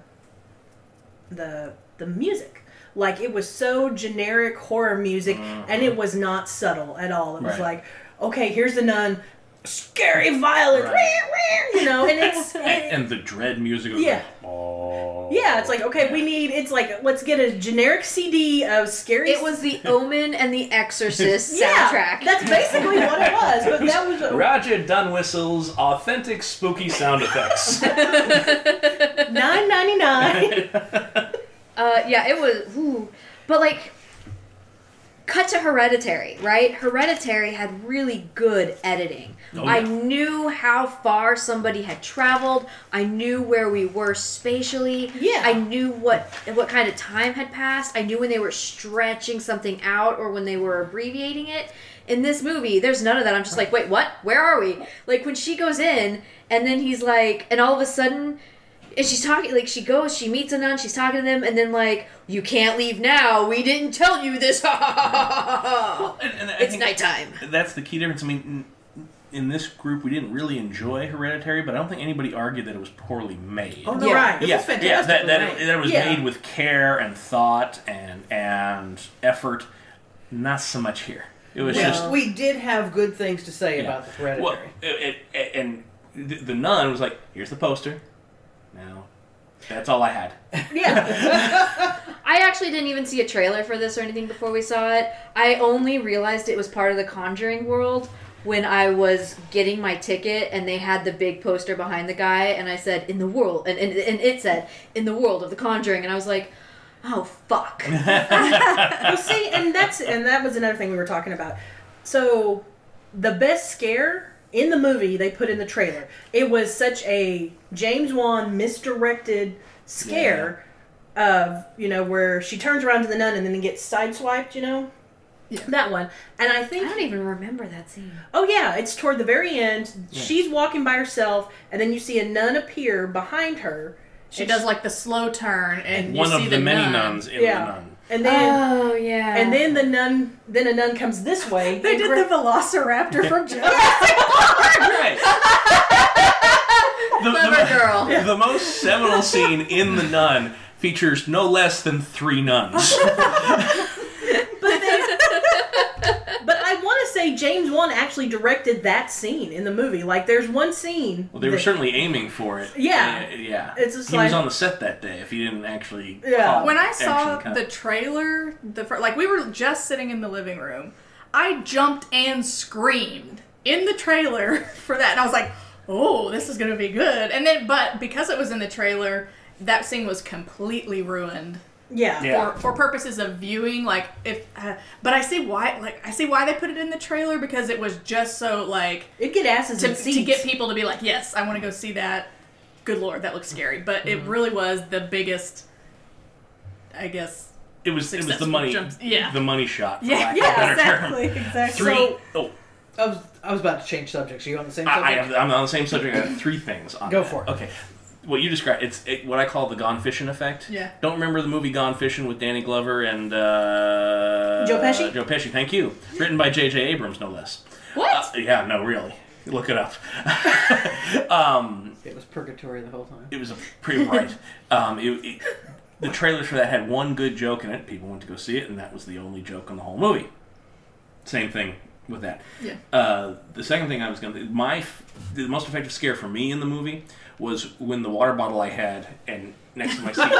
the the music. Like it was so generic horror music, and
Mm-hmm.
it was not subtle at all. It was
Right.
like, okay, here's the nun, scary violence,
Right.
"Wah, wah," you know, and it's
and, and the dread music. Was
Yeah.
Like, oh.
yeah, it's like okay, we need it's like let's get a generic CD of scary.
It was The Omen and The Exorcist
yeah,
soundtrack.
that's basically what it was. But that was
Roger Dunwhistle's authentic spooky sound effects.
nine ninety nine.
Uh, yeah, it was. Ooh. But like, cut to Hereditary, right? Hereditary had really good editing.
Oh,
I
yeah.
knew how far somebody had traveled. I knew where we were spatially.
Yeah.
I knew what what kind of time had passed. I knew when they were stretching something out or when they were abbreviating it. In this movie, there's none of that. I'm just like, wait, what? Where are we? Like when she goes in, and then he's like, and all of a sudden and she's talking like she goes she meets a nun she's talking to them and then like you can't leave now we didn't tell you this ha ha ha ha ha ha
And- and I
it's
think
nighttime
That's the key difference. I mean, n- in this group, we didn't really enjoy Hereditary, but I don't think anybody argued that it was poorly made.
Oh no,
Yeah.
right. It
yeah,
was fantastic.
yeah, that that,
right?
that was
Yeah.
made with care and thought and and effort. Not so much here. It was
Which
just
we did have good things to say about the hereditary.
Well, it, it, and the, the nun was like, "Here's the poster." Now, that's all I had.
Yeah,
i actually didn't even see a trailer for this or anything before we saw it i only realized it was part of the conjuring world when i was getting my ticket and they had the big poster behind the guy and i said in the world and, and, and it said in the world of the conjuring and i was like oh fuck
well, see, and that's and that was another thing we were talking about. So, the best scare in the movie they put in the trailer. It was such a James Wan misdirected scare of you know where she turns around to the nun and then gets sideswiped. You know.
Yeah.
That one, and I think
i
e-
don't even remember that scene
Oh yeah, it's toward the very end. She's walking by herself, and then you see a nun appear behind her.
She
And
does like the slow turn, and
One
you see
of the, many
nun.
nuns in
Yeah.
the nun.
and
"Ah."
then
oh yeah
and then the nun, then a nun comes this way.
They
and
did
gra-
the Velociraptor from Joe.
Right. The,
Clever girl.
the most seminal scene in the nun features no less than three nuns.
but I want to say James Wan actually directed that scene in the movie. Like, there's one scene.
Well, they were
that-
certainly aiming for it.
Yeah.
Uh, yeah.
It's just
he
like-
was on the set that day. If he didn't actually.
Yeah.
call
when I
action
saw
cut.
the trailer, the fir- like we were just sitting in the living room, I jumped and screamed in the trailer for that, and I was like, "Oh, this is gonna be good." And then, but because it was in the trailer, that scene was completely ruined
yeah.
Yeah.
for, for purposes of viewing. Like if, uh, but I see why. Like I see why they put it in the trailer because it was just so like
It'd get asses
to,
and seats.
to get people to be like, yes, I want to go see that. Good lord, that looks scary. But it really was the biggest, I guess.
it was it was the
successful
money
jumps- yeah.
the money shot. for
Yeah,
lack of a
yeah,
better term.
exactly, exactly.
Three. oh,
So,
I was I was about to change subjects. Are you on the same
I, I
subject?
have, I'm on the same subject. I have three things. On
Go
that.
for it.
Okay. What you described, it's it, what I call the gone fishing effect.
Yeah.
Don't remember the movie Gone Fishing with Danny Glover and uh,
Joe Pesci?
Joe Pesci, thank you. Written by J.J. Abrams, no less.
what
Uh, yeah, no, really. Look it up.
It was purgatory the whole time.
It was a pretty right. um, it, it, the trailers for that had one good joke in it. People went to go see it, and that was the only joke in the whole movie. Same thing with that.
Yeah.
Uh, the second thing I was going to my f- the most effective scare for me in the movie was when the water bottle I had and next to my seat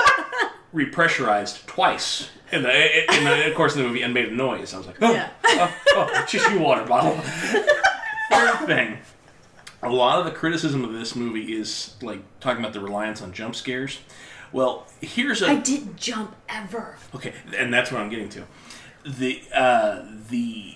repressurized twice in the in the course of the movie and made a noise. I was like, oh,
Yeah.
oh, oh, it's just your water bottle. Third thing. A lot of the criticism of this movie is like talking about the reliance on jump scares. Well, here's a
i didn't jump ever
Okay, and that's what I'm getting to. The uh, the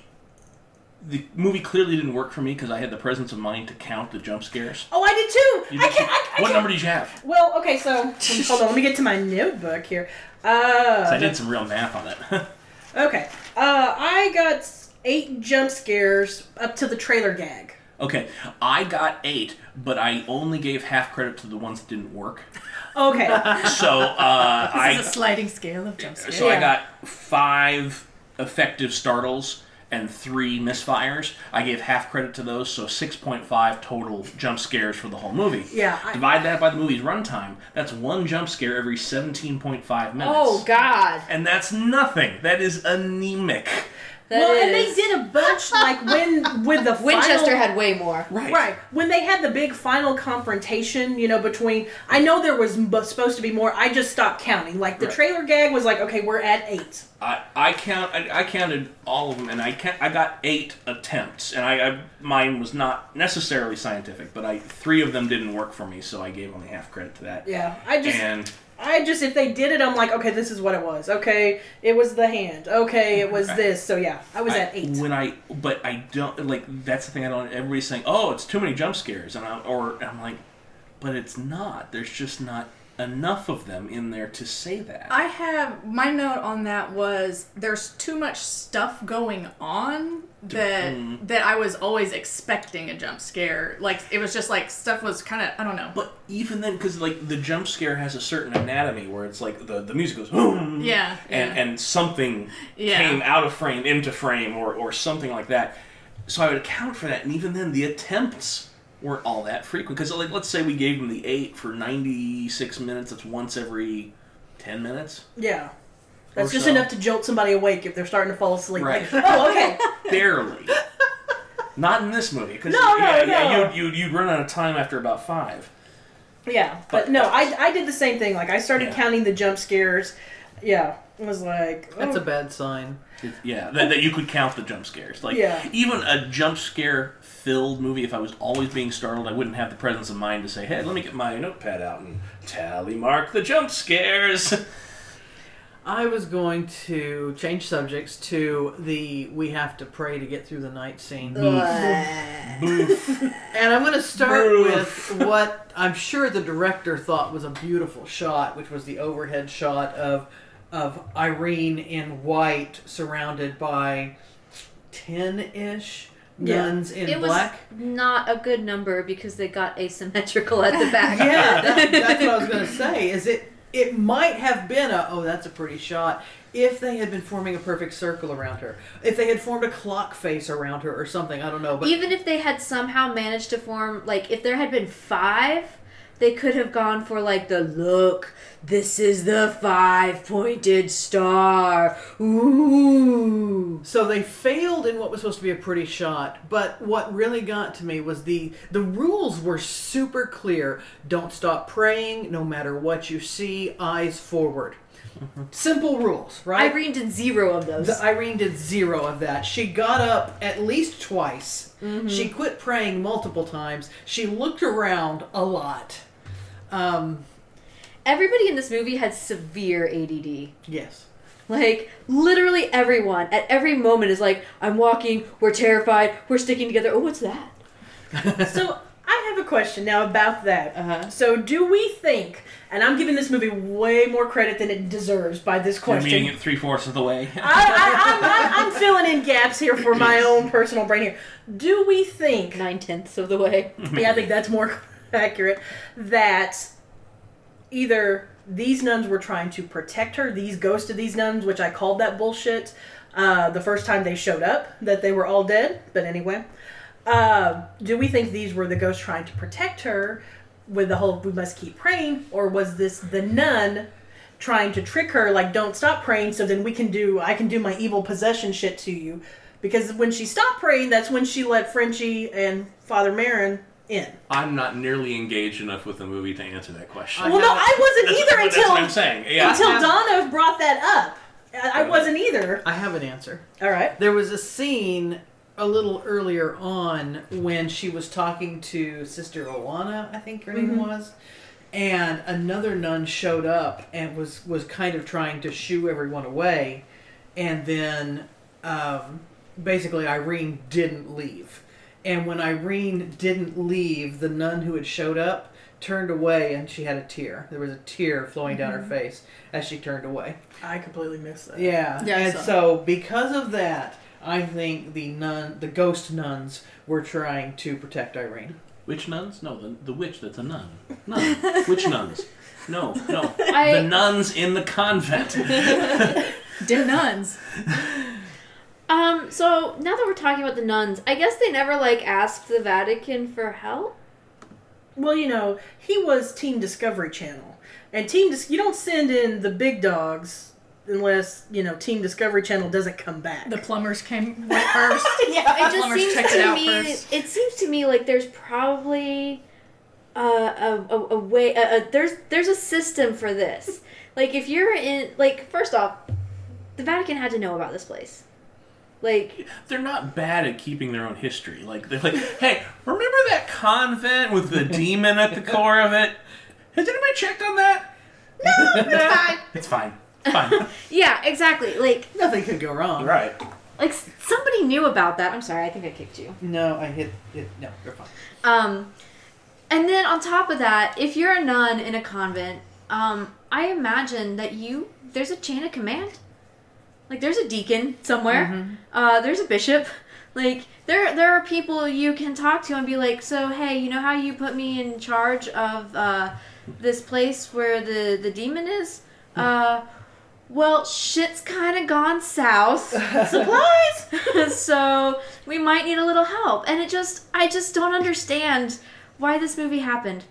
the movie clearly didn't work for me because I had the presence of mind to count the jump scares.
oh, I did too.
You
I
did-
can't. I, I
what
can't.
number did you have?
Well, okay, so hold on. Let me get to my notebook here. Uh,
I did some real math on that.
Okay. Uh, I got s- eight jump scares up to the trailer gag.
okay, I got eight, but I only gave half credit to the ones that didn't work.
Okay.
So uh, I
this is a sliding scale of jump scares.
so I
Yeah.
got five effective startles and three misfires. I gave half credit to those, so 6.5 total jump scares for the whole movie.
Yeah, I-
Divide that by the movie's runtime. That's one jump scare every 17.5 minutes.
Oh God,
And that's nothing. That is anemic.
That
well, and
is-
they did a bunch like when with the
Winchester
final,
had way more.
right when they had the big final confrontation. You know, between I know there was m- supposed to be more. I just stopped counting. Like the
Right.
trailer gag was like, okay, we're at eight.
I, I count I, I counted all of them and I ca- I got eight attempts and I, I mine was not necessarily scientific but I three of them didn't work for me so I gave only half credit to that
Yeah, I just
and
I just if they did it, I'm like, okay, this is what it was. Okay, it was the hand. Okay, it was this. So yeah, I was
I-
at eight.
when I but I don't like that's the thing I don't everybody's saying oh it's too many jump scares and I or and I'm like but it's not there's just not enough of them in there to say that
I have my note on that was there's too much stuff going on that
mm.
that I was always expecting a jump scare. Like it was just like stuff was kind of I don't know.
but even then because like the jump scare has a certain anatomy where it's like the the music goes boom
Yeah,
and
yeah.
and something
Yeah.
came out of frame into frame or or something like that so i would account for that and even then the attempts weren't all that frequent because like let's say we gave them the eight for 96 minutes that's once every 10 minutes
yeah, that's
Or
just
so.
enough to jolt somebody awake if they're starting to fall asleep.
Right.
Like, oh, okay.
barely not in this movie because
No, no,
yeah, yeah
no.
you'd, you'd, you'd run out of time after about five
Yeah, but no, I, I did the same thing. Like I started
Yeah.
counting the jump scares. Yeah, I was like,
That's a
oh.
bad sign.
Yeah, that, that you could count the jump scares. Like
Yeah.
even a jump scare filled movie, if I was always being startled, I wouldn't have the presence of mind to say, "Hey, let me get my notepad out and tally mark the jump scares."
I was going to change subjects to the we have to pray to get through the night scene.
Boof.
And I'm going to start
Oof.
with what I'm sure the director thought was a beautiful shot, which was the overhead shot of of Irene in white surrounded by 10-ish
Yeah.
nuns in
It was
black.
not a good number because they got asymmetrical at the back.
yeah, that, that's what I was going to say. Is it? It might have been a oh, that's a pretty shot. If they had been forming a perfect circle around her, if they had formed a clock face around her or something, I don't know. But
Even if they had somehow managed to form, like, if there had been five, they could have gone for, like, the look, this is the five pointed star. Ooh.
so they failed in what was supposed to be a pretty shot. But what really got to me was the the rules were super clear. Don't stop praying, no matter what you see. Eyes forward. Simple rules, right?
Irene did zero of those.
The Irene did zero of that. She got up at least twice. She quit praying multiple times. She looked around a lot. Um,
Everybody in this movie had severe ADD.
yes.
Like, literally everyone at every moment is like, I'm walking, we're terrified, we're sticking together. Oh, what's that?
so I have a question now about that.
Uh-huh.
So do we think? And I'm giving this movie way more credit than it deserves by this
We're
question.
meeting it three fourths of the way.
I, I, I'm, I'm, I'm filling in gaps here for my own personal brain here. Do we think?
Nine tenths of the way.
Yeah, I think that's more accurate. That either these nuns were trying to protect her, these ghosts of these nuns, which I called that bullshit uh, the first time they showed up, that they were all dead. But anyway, uh, do we think these were the ghosts trying to protect her with the whole "we must keep praying," or was this the nun? trying to trick her like don't stop praying so then we can do i can do my evil possession shit to you because when she stopped praying that's when she let frenchie and father marin in
I'm not nearly engaged enough with the movie to answer that question.
well no i wasn't
That's-
either
but
until
that's what I'm saying. Yeah.
until Donna brought that up. I I wasn't either.
I have an answer.
All right.
There was a scene a little earlier on when she was talking to Sister Owana, I think her name was, and another nun showed up and was was kind of trying to shoo everyone away, and then um, basically Irene didn't leave, and when Irene didn't leave, the nun who had showed up turned away and she had a tear. There was a tear flowing down her face as she turned away.
I completely missed that.
Yeah.
Yeah, I
and
saw
so because of that, I think the nun, the ghost nuns, were trying to protect Irene.
Which nuns? No, the, the witch that's a nun. Nun. Which nuns? No, no.
I-
The nuns in the convent.
Did nuns.
Um, So now that we're talking about the nuns, I guess they never like asked the Vatican for help.
Well, you know, he was Team Discovery Channel, and Team Dis- you don't send in the big dogs unless you know Team Discovery Channel doesn't come back.
The plumbers came went first.
It just
Plumbers
seems
Uh, checked
to
it out
me.
first.
It seems to me like there's probably uh, a, a, a way. A, a, there's there's a system for this. Like if you're in, like first off, the Vatican had to know about this place. Like
They're not bad at keeping their own history. Like they're like, hey, remember that convent with the demon at the core of it? Has anybody checked on that? No, it's fine. It's fine. Fine.
yeah, exactly. Like
Nothing could go wrong.
All right.
like s- somebody knew about that. I'm sorry. I think I kicked you.
No, I hit it. No, you're fine.
Um, and then on top of that, if you're a nun in a convent, um, I imagine that you there's a chain of command. Like there's a deacon somewhere. Uh, there's a bishop. Like there there are people you can talk to and be like, so hey, you know how you put me in charge of uh, this place where the the demon is? Uh, well, shit's kind of gone south. Supplies! so we might need a little help. And it just, I just don't understand why this movie happened.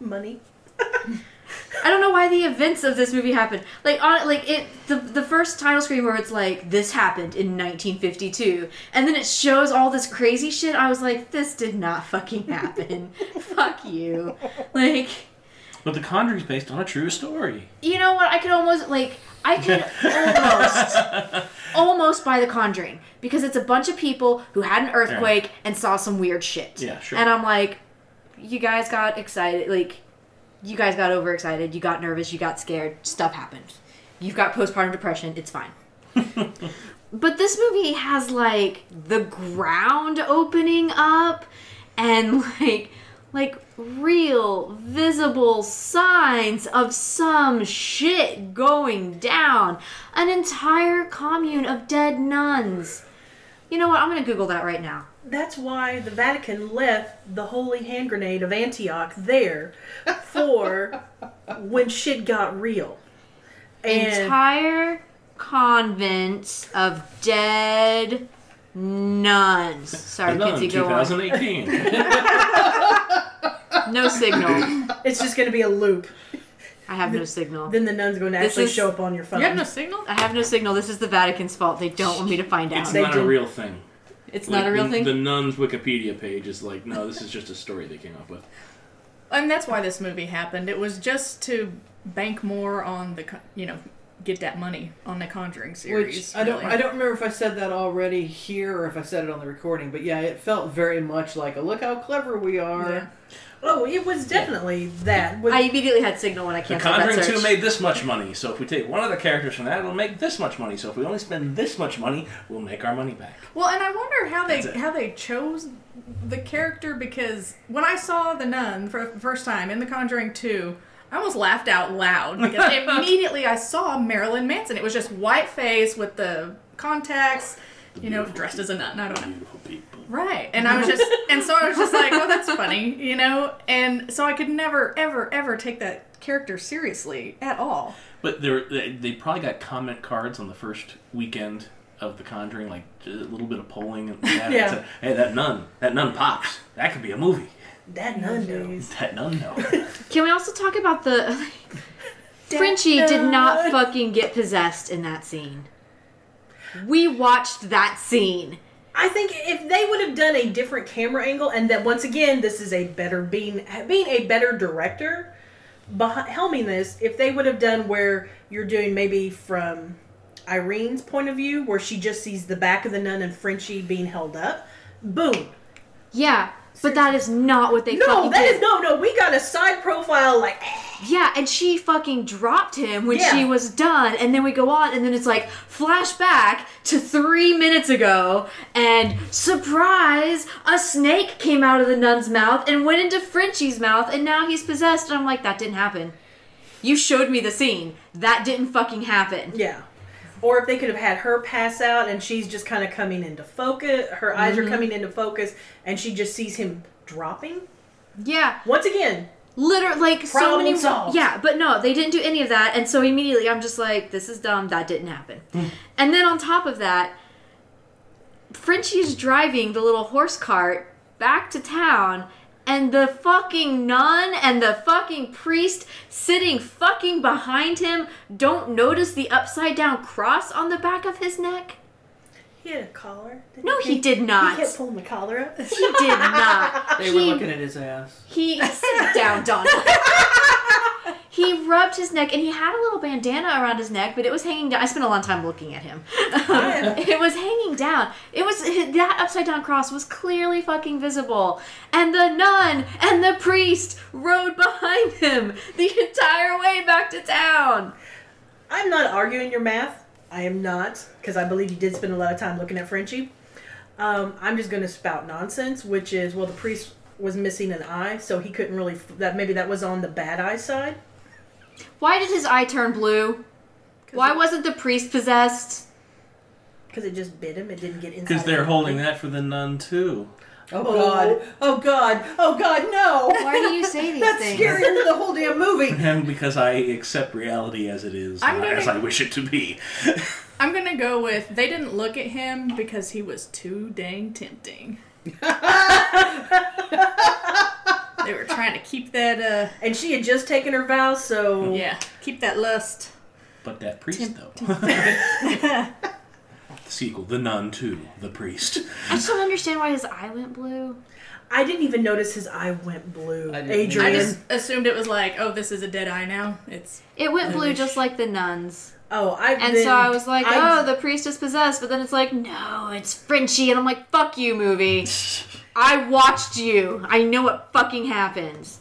money.
I don't know why the events of this movie happened. Like on like it the the first title screen where it's like this happened in 1952 and then it shows all this crazy shit. I was like this did not fucking happen. Fuck you. Like
But The Conjuring's based on a true story.
you know what? I could almost like I could almost almost buy The Conjuring because it's a bunch of people who had an earthquake and saw some weird shit.
Yeah, sure.
And I'm like, you guys got excited, like you guys got overexcited, you got nervous, you got scared, stuff happened. You've got postpartum depression, it's fine. but this movie has like the ground opening up and like like real visible signs of some shit going down. An entire commune of dead nuns. You know what? I'm going to google that right now.
That's why the Vatican left the holy hand grenade of Antioch there for when shit got real. And
entire convent of dead nuns. Sorry,
None,
Kinsey, go on.
2018.
No signal.
it's just going to be a loop.
I have no signal.
Then the nun's going to
This
actually
is-
show up on your phone.
You have no signal.
I have no signal. This is the Vatican's fault. They don't want me to find out.
it's
It's,
They
not a
did-
real thing.
not a
Like,
real
the-
thing.
The nun's Wikipedia page is like, no, this is just a story they came up with.
And that's why this movie happened. It was just to bank more on the, co- you know, get that money on the Conjuring series.
Which I don't.
really.
I don't remember if I said that already here or if I said it on the recording. But yeah, it felt very much like a look how clever we are.
Yeah.
Oh, it was definitely that. With,
I immediately had signal when I
The
canceled that
Conjuring 2
search.
made this much money, so if we take one of the characters from that, it'll make this much money. So if we only spend this much money, we'll make our money back.
Well, and I wonder how they
That's it.
how they chose the character because when I saw the nun for the first time in The Conjuring Two, I almost laughed out loud because immediately I saw Marilyn Manson. It was just white face with the contacts, you know,
beautiful
dressed as a nun. I don't know.
Beautiful people.
Right. And I was just, and so I was just like, well, that's funny, you know? And so I could never, ever, ever take that character seriously at all.
But they're- they they probably got comment cards on the first weekend of The Conjuring, like a little bit of polling. And that.
Yeah.
So, hey, that nun, that nun pops. That could be a movie.
that nun knew.
That nun, no.
Can we also talk about the Frenchie did not fucking get possessed in that scene. We watched that scene.
I think if they would have done a different camera angle, and that once again, this is a better being being a better director behind helming this. If they would have done where you're doing maybe from Irene's point of view, where she just sees the back of the nun and Frenchie being held up, boom.
Yeah, but that is not what they
No,
fucking
that
did.
is no, no. We got a side profile like
Yeah, and she fucking dropped him when
Yeah.
she was done, and then we go on, and then it's like flashback to three minutes ago, and surprise, a snake came out of the nun's mouth and went into Frenchie's mouth, and now he's possessed. And I'm like, that didn't happen. You showed me the scene. That didn't fucking happen.
yeah. Or if they could have had her pass out and she's just kind of coming into focus, her eyes
Mm-hmm.
are coming into focus, and she just sees him dropping.
Yeah,
Once again,
literally, like so
Problem
many.
solved.
Yeah, but no, they didn't do any of
Hmm.
that, and so immediately I'm just like, this is dumb. That didn't happen. and then on top of that, Frenchie's driving the little horse cart back to town, and the fucking nun and the fucking priest sitting fucking behind him don't notice the upside down cross on the back of his neck?
He had a collar. didn't
No, he did
He
not.
kept pulling the collar up.
He did not.
They were
He-
looking at his ass.
He sit down, Donna. he rubbed his neck, and he had a little bandana around his neck, but it was hanging down. I spent a long time looking at him. it was hanging down. It was that upside down cross was clearly fucking visible, and the nun and the priest rode behind him the entire way back to town.
I'm not arguing your math. I am not, because I believe you did spend a lot of time looking at Frenchie. Um, I'm just going to spout nonsense, which is, well, the priest was missing an eye, so he couldn't really. F- that maybe that was on the bad eye side.
Why did his eye turn blue? Why wasn't the priest possessed?
Because it just bit him. It didn't get inside.
Because they're
him.
holding that for the nun too.
Oh, God! Oh God! Oh God! No!
Why do you say these
That's
things?
scarier than the whole damn movie.
And because I accept reality as it is,
I'm
not
gonna-
as I wish it to be.
I'm gonna go with they didn't look at him because he was too dang tempting. they were trying to keep that uh
And she had just taken her vow, so
yeah, keep that lust.
But that priest, though. the sequel, The Nun 2, The Priest.
I just don't understand why his eye went blue.
I didn't even notice his eye went blue.
I didn't
Adrian,
I just assumed it was like, oh, this is a dead eye now. It's
It went blue
Bluish.
just like the nuns.
oh, I
And
then-
so I was like,
I-
oh, the priest is possessed. But then it's like, no, it's Frenchie. And I'm like, fuck you, movie. I watched you. I know what fucking happens.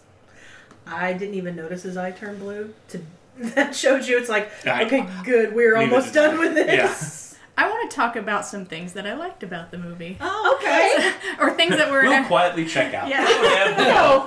I didn't even notice his eye turn blue. To that shows you, it's like,
I-
okay, good, we're
Neither
almost
did I.
done with this.
I want to talk about some things that I liked about the movie,
Oh, okay.
or things that were
We'll quietly check out.
Yeah.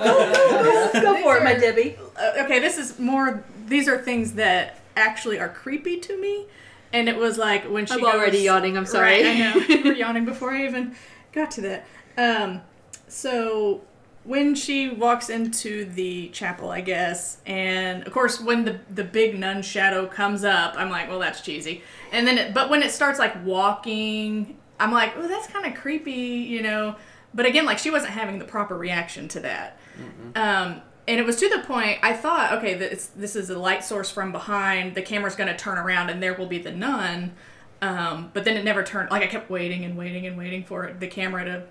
Go for it, my Debbie.
uh, okay, this is more. These are things that actually are creepy to me, and it was like when she
I'm already
goes-
yawning, I'm sorry.
Right, I know you were yawning before I even got to that. Um, so when she walks into the chapel, I guess, and of course when the the big nun shadow comes up, I'm like, well, that's cheesy. And then, it, but when it starts like walking, I'm like, oh, that's kind of creepy, you know. But again, like she wasn't having the proper reaction to that. Um, and it was to the point I thought, okay, this, this is a light source from behind. The camera's going to turn around, and there will be the nun. Um, but then it never turned. Like I kept waiting and waiting and waiting for it, the camera to.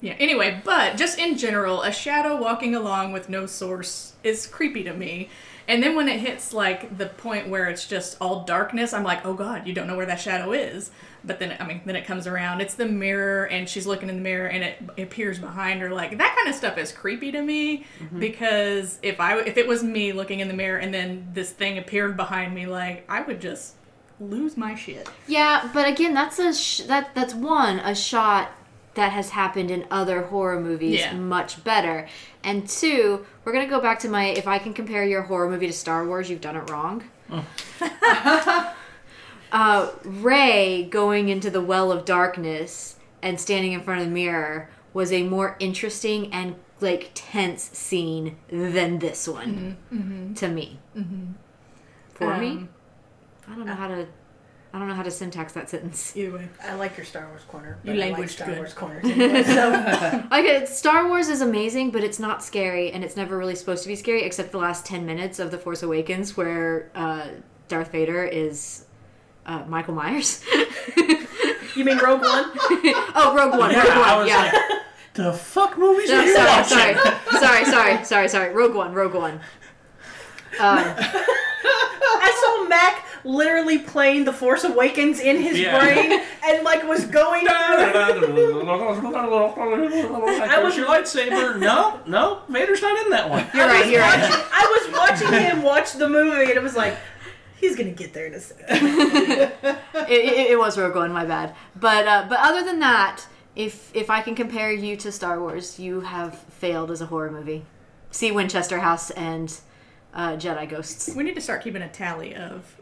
Yeah. Anyway, but just in general, a shadow walking along with no source is creepy to me. And then when it hits like the point where it's just all darkness, I'm like, oh god, you don't know where that shadow is. But then, I mean, then it comes around. It's the mirror, and she's looking in the mirror, and it appears behind her. Like that kind of stuff is creepy to me because if I if it was me looking in the mirror and then this thing appeared behind me, like I would just lose my shit.
Yeah, but again, that's a sh- that that's one a shot that has happened in other horror movies
Yeah.
much better. And two, we're gonna go back to my if I can compare your horror movie to Star Wars, you've done it wrong. uh, Ray going into the well of darkness and standing in front of the mirror was a more interesting and like tense scene than this one to me.
Mm-hmm.
For
Um,
me, I
uh,
don't know how to. I don't know how to syntax that sentence.
Either way.
I like your Star Wars corner.
You
but I like
languaged
Star
good.
Wars corners. anyway, so
Like uh, Star Wars is amazing, but it's not scary, and it's never really supposed to be scary, except the last ten minutes of The Force Awakens, where uh, Darth Vader is uh, Michael Myers.
you mean Rogue One?
oh, Rogue One,
Yeah,
Rogue
I
One,
was like,
yeah.
the fuck movies are you
No,
watching?
sorry, sorry, sorry, sorry, sorry, sorry. Rogue One, Rogue One. Um,
I saw Mac literally playing The Force Awakens in his
Yeah.
brain and like was going through.
I was your lightsaber. No, no, Vader's not in that one.
you're right, you're right.
I was watching him watch the movie and it was like, he's gonna get there in a second.
it, it, it was Rogue One. My bad. But uh, but other than that, if if I can compare you to Star Wars, you have failed as a horror movie. See Winchester House and uh, Jedi Ghosts.
We need to start keeping a tally of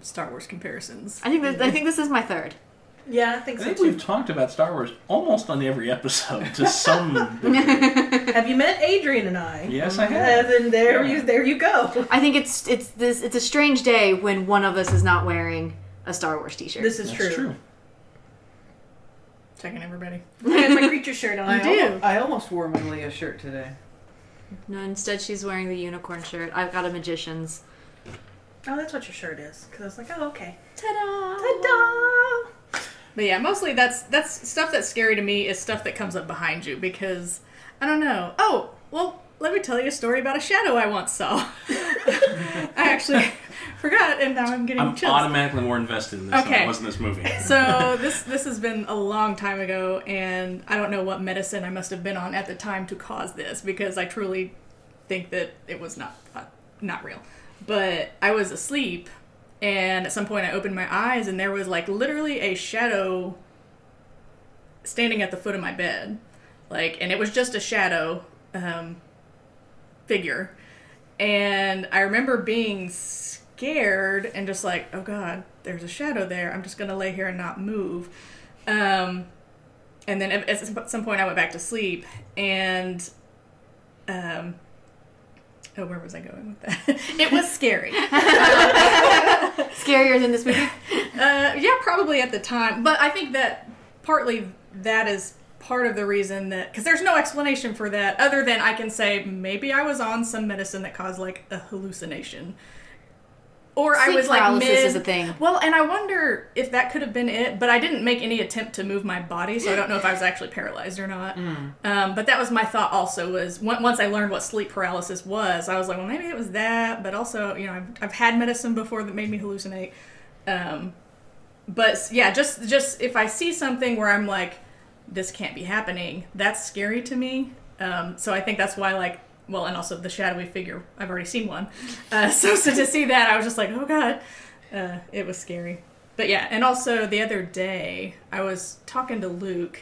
Star Wars comparisons.
I think that, I think this is my third.
Yeah, I think
I
so.
think
Too.
we've talked about Star Wars almost on every episode to some degree.
Have you met Adrian and I?
Yes, I
And
have.
then there you there you go.
I think it's it's this it's a strange day when one of us is not wearing a Star Wars T-shirt.
This is true.
That's true.
Checking everybody.
I got my creature shirt on.
I do.
I almost wore my Leah shirt today.
No, instead she's wearing the unicorn shirt. I've got a magician's.
Oh, that's what your shirt is. Because I was like, oh, okay.
Ta-da!
Ta-da!
But yeah, mostly that's that's stuff that's scary to me is stuff that comes up behind you because I don't know. Oh, well, let me tell you a story about a shadow I once saw. I actually forgot, and now I'm getting
I'm
chills.
automatically more invested in this than I
Okay.
was in this movie.
so this this has been a long time ago, and I don't know what medicine I must have been on at the time to cause this because I truly think that it was not uh, not real. But I was asleep, and at some point I opened my eyes, and there was like literally a shadow standing at the foot of my bed, like, and it was just a shadow um, figure, and I remember being scared and just like, oh god, there's a shadow there. I'm just gonna lay here and not move. Um, and then at at some point, I went back to sleep, and um, oh, where was I going with that? it was scary.
Scarier than this movie.
Uh, yeah, probably at the time, but I think that partly that is part of the reason that because there's no explanation for that other than I can say maybe I was on some medicine that caused like a hallucination, or I
Sleep
was like
paralysis
mid.
is a thing.
Well, and I wonder if that could have been it, but I didn't make any attempt to move my body, so I don't know if I was actually paralyzed or not.
Hmm.
Um, but that was my thought. Also, was on- once I learned what sleep paralysis was, I was like, well, maybe it was that. But also, you know, I've, I've had medicine before that made me hallucinate. Um, but s- yeah, just just if I see something where I'm like, this can't be happening, that's scary to me. Um, so I think that's why like. Well, and also the shadowy figure. I've already seen one, uh, so so to see that, I was just like, "Oh God!" Uh, it was scary. But yeah, and also the other day, I was talking to Luke,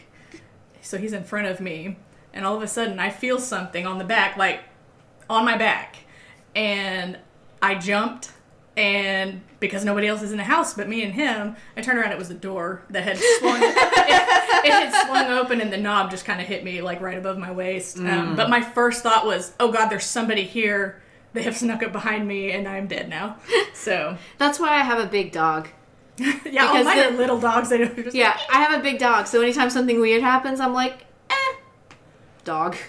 so he's in front of me, and all of a sudden I feel something on the back, like on my back. And I jumped, and because nobody else is in the house but me and him, I turned around, it was the door that had swung, it, it had swung open, and the knob just kind of hit me, like right above my waist.
Mm.
Um, but my first thought was, oh God, there's somebody here. They have snuck up behind me, and I'm dead now. So.
That's why I have a big dog.
Yeah, all
Because
mine are
the-
little dogs. They don't just
Yeah, I have a big dog, so anytime something weird happens, I'm like, eh, dog.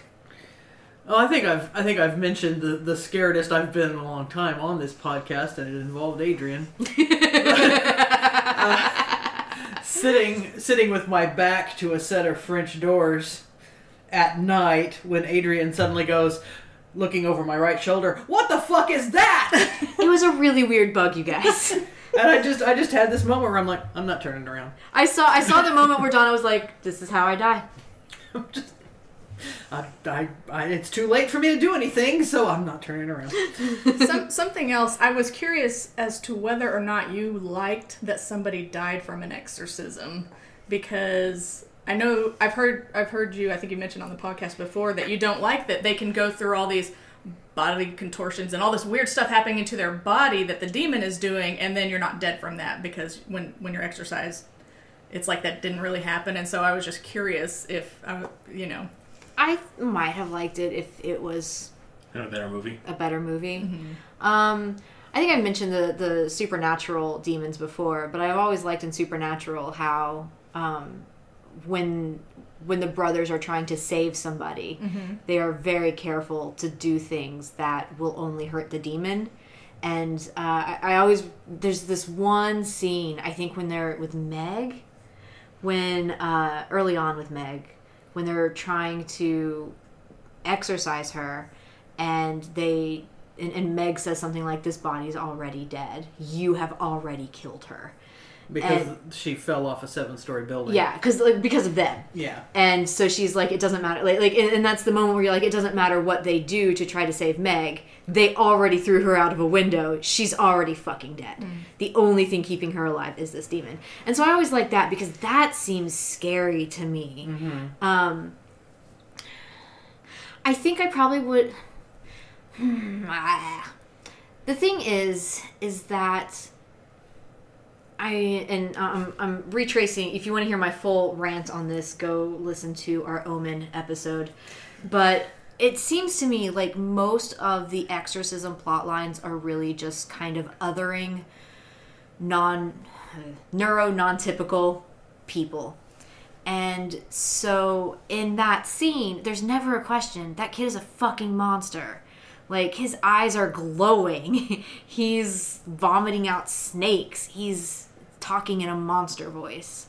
Oh, I think I've I think I've mentioned the the scaredest I've been in a long time on this podcast, and it involved Adrian. Uh, sitting sitting with my back to a set of French doors at night when Adrian suddenly goes looking over my right shoulder, "What the fuck is that?"
It was a really weird bug, you guys.
and I just I just had this moment where I'm like, "I'm not turning around."
I saw I saw the moment where Donna was like, "This is how I die."
I'm just I, I, I, it's too late for me to do anything, so I'm not turning around.
Some, something else. I was curious as to whether or not you liked that somebody died from an exorcism, because I know I've heard I've heard you. I think you mentioned on the podcast before that you don't like that they can go through all these bodily contortions and all this weird stuff happening into their body that the demon is doing, and then you're not dead from that because when when you're exercised, it's like that didn't really happen. And so I was just curious if I, w- you know.
I might have liked it if it was
In a better movie.
a better movie. Um, I think I've mentioned the the supernatural demons before, but I've always liked in Supernatural how um, when when the brothers are trying to save somebody, they are very careful to do things that will only hurt the demon. And uh, I, I always there's this one scene I think when they're with Meg, when uh, early on with Meg, when they're trying to exercise her, and they and, and Meg says something like, "This body's already dead. You have already killed her."
Because
And-
she fell off a seven story building.
Yeah, because like, because of them.
Yeah.
And so she's like, it doesn't matter. Like, like and, and that's the moment where you're like, it doesn't matter what they do to try to save Meg. They already threw her out of a window. She's already fucking dead. The only thing keeping her alive is this demon. And so I always like that because that seems scary to me. Um, I think I probably would. Hmm, ah. the thing is, is that I and um, I'm retracing. If you want to hear my full rant on this, go listen to our Omen episode. But it seems to me like most of the exorcism plot lines are really just kind of othering, non neuro non typical people, And so in that scene, there's never a question. That kid is a fucking monster. Like his eyes are glowing. He's vomiting out snakes. He's talking in a monster voice.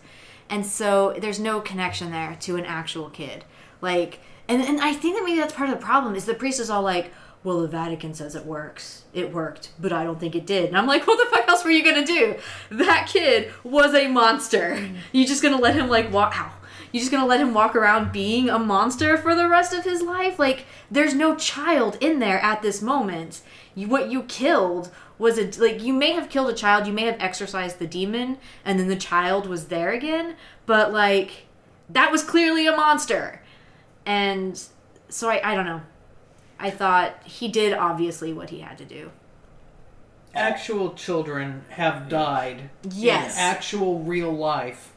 And so there's no connection there to an actual kid. Like and, and I think that maybe that's part of the problem is the priest is all like, Well the Vatican says it works. It worked, but I don't think it did. And I'm like, What the fuck else were you gonna do? That kid was a monster. You just gonna let him like walk ow. You just gonna let him walk around being a monster for the rest of his life? Like, there's no child in there at this moment. You, what you killed was a like you may have killed a child, you may have exorcised the demon, and then the child was there again. But like, that was clearly a monster, and so I, I don't know. I thought he did obviously what he had to do.
Actual children have died
Yes.
in actual real life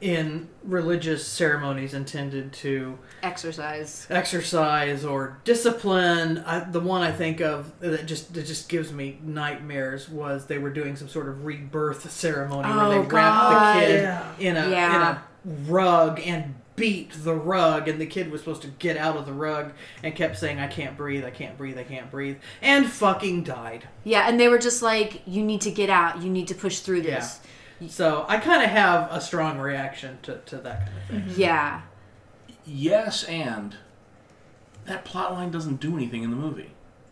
in religious ceremonies intended to
Exercise.
exercise or discipline. I, the one I think of that just that just gives me nightmares was they were doing some sort of rebirth ceremony where
Oh,
they wrapped the kid
God.
in a
Yeah.
in a rug and beat the rug and the kid was supposed to get out of the rug and kept saying I can't breathe, I can't breathe, I can't breathe and fucking died.
Yeah, and they were just like, you need to get out. You need to push through this.
So I kind of have a strong reaction to, to that kind of thing.
yeah.
Yes, and that plot line doesn't do anything in the movie.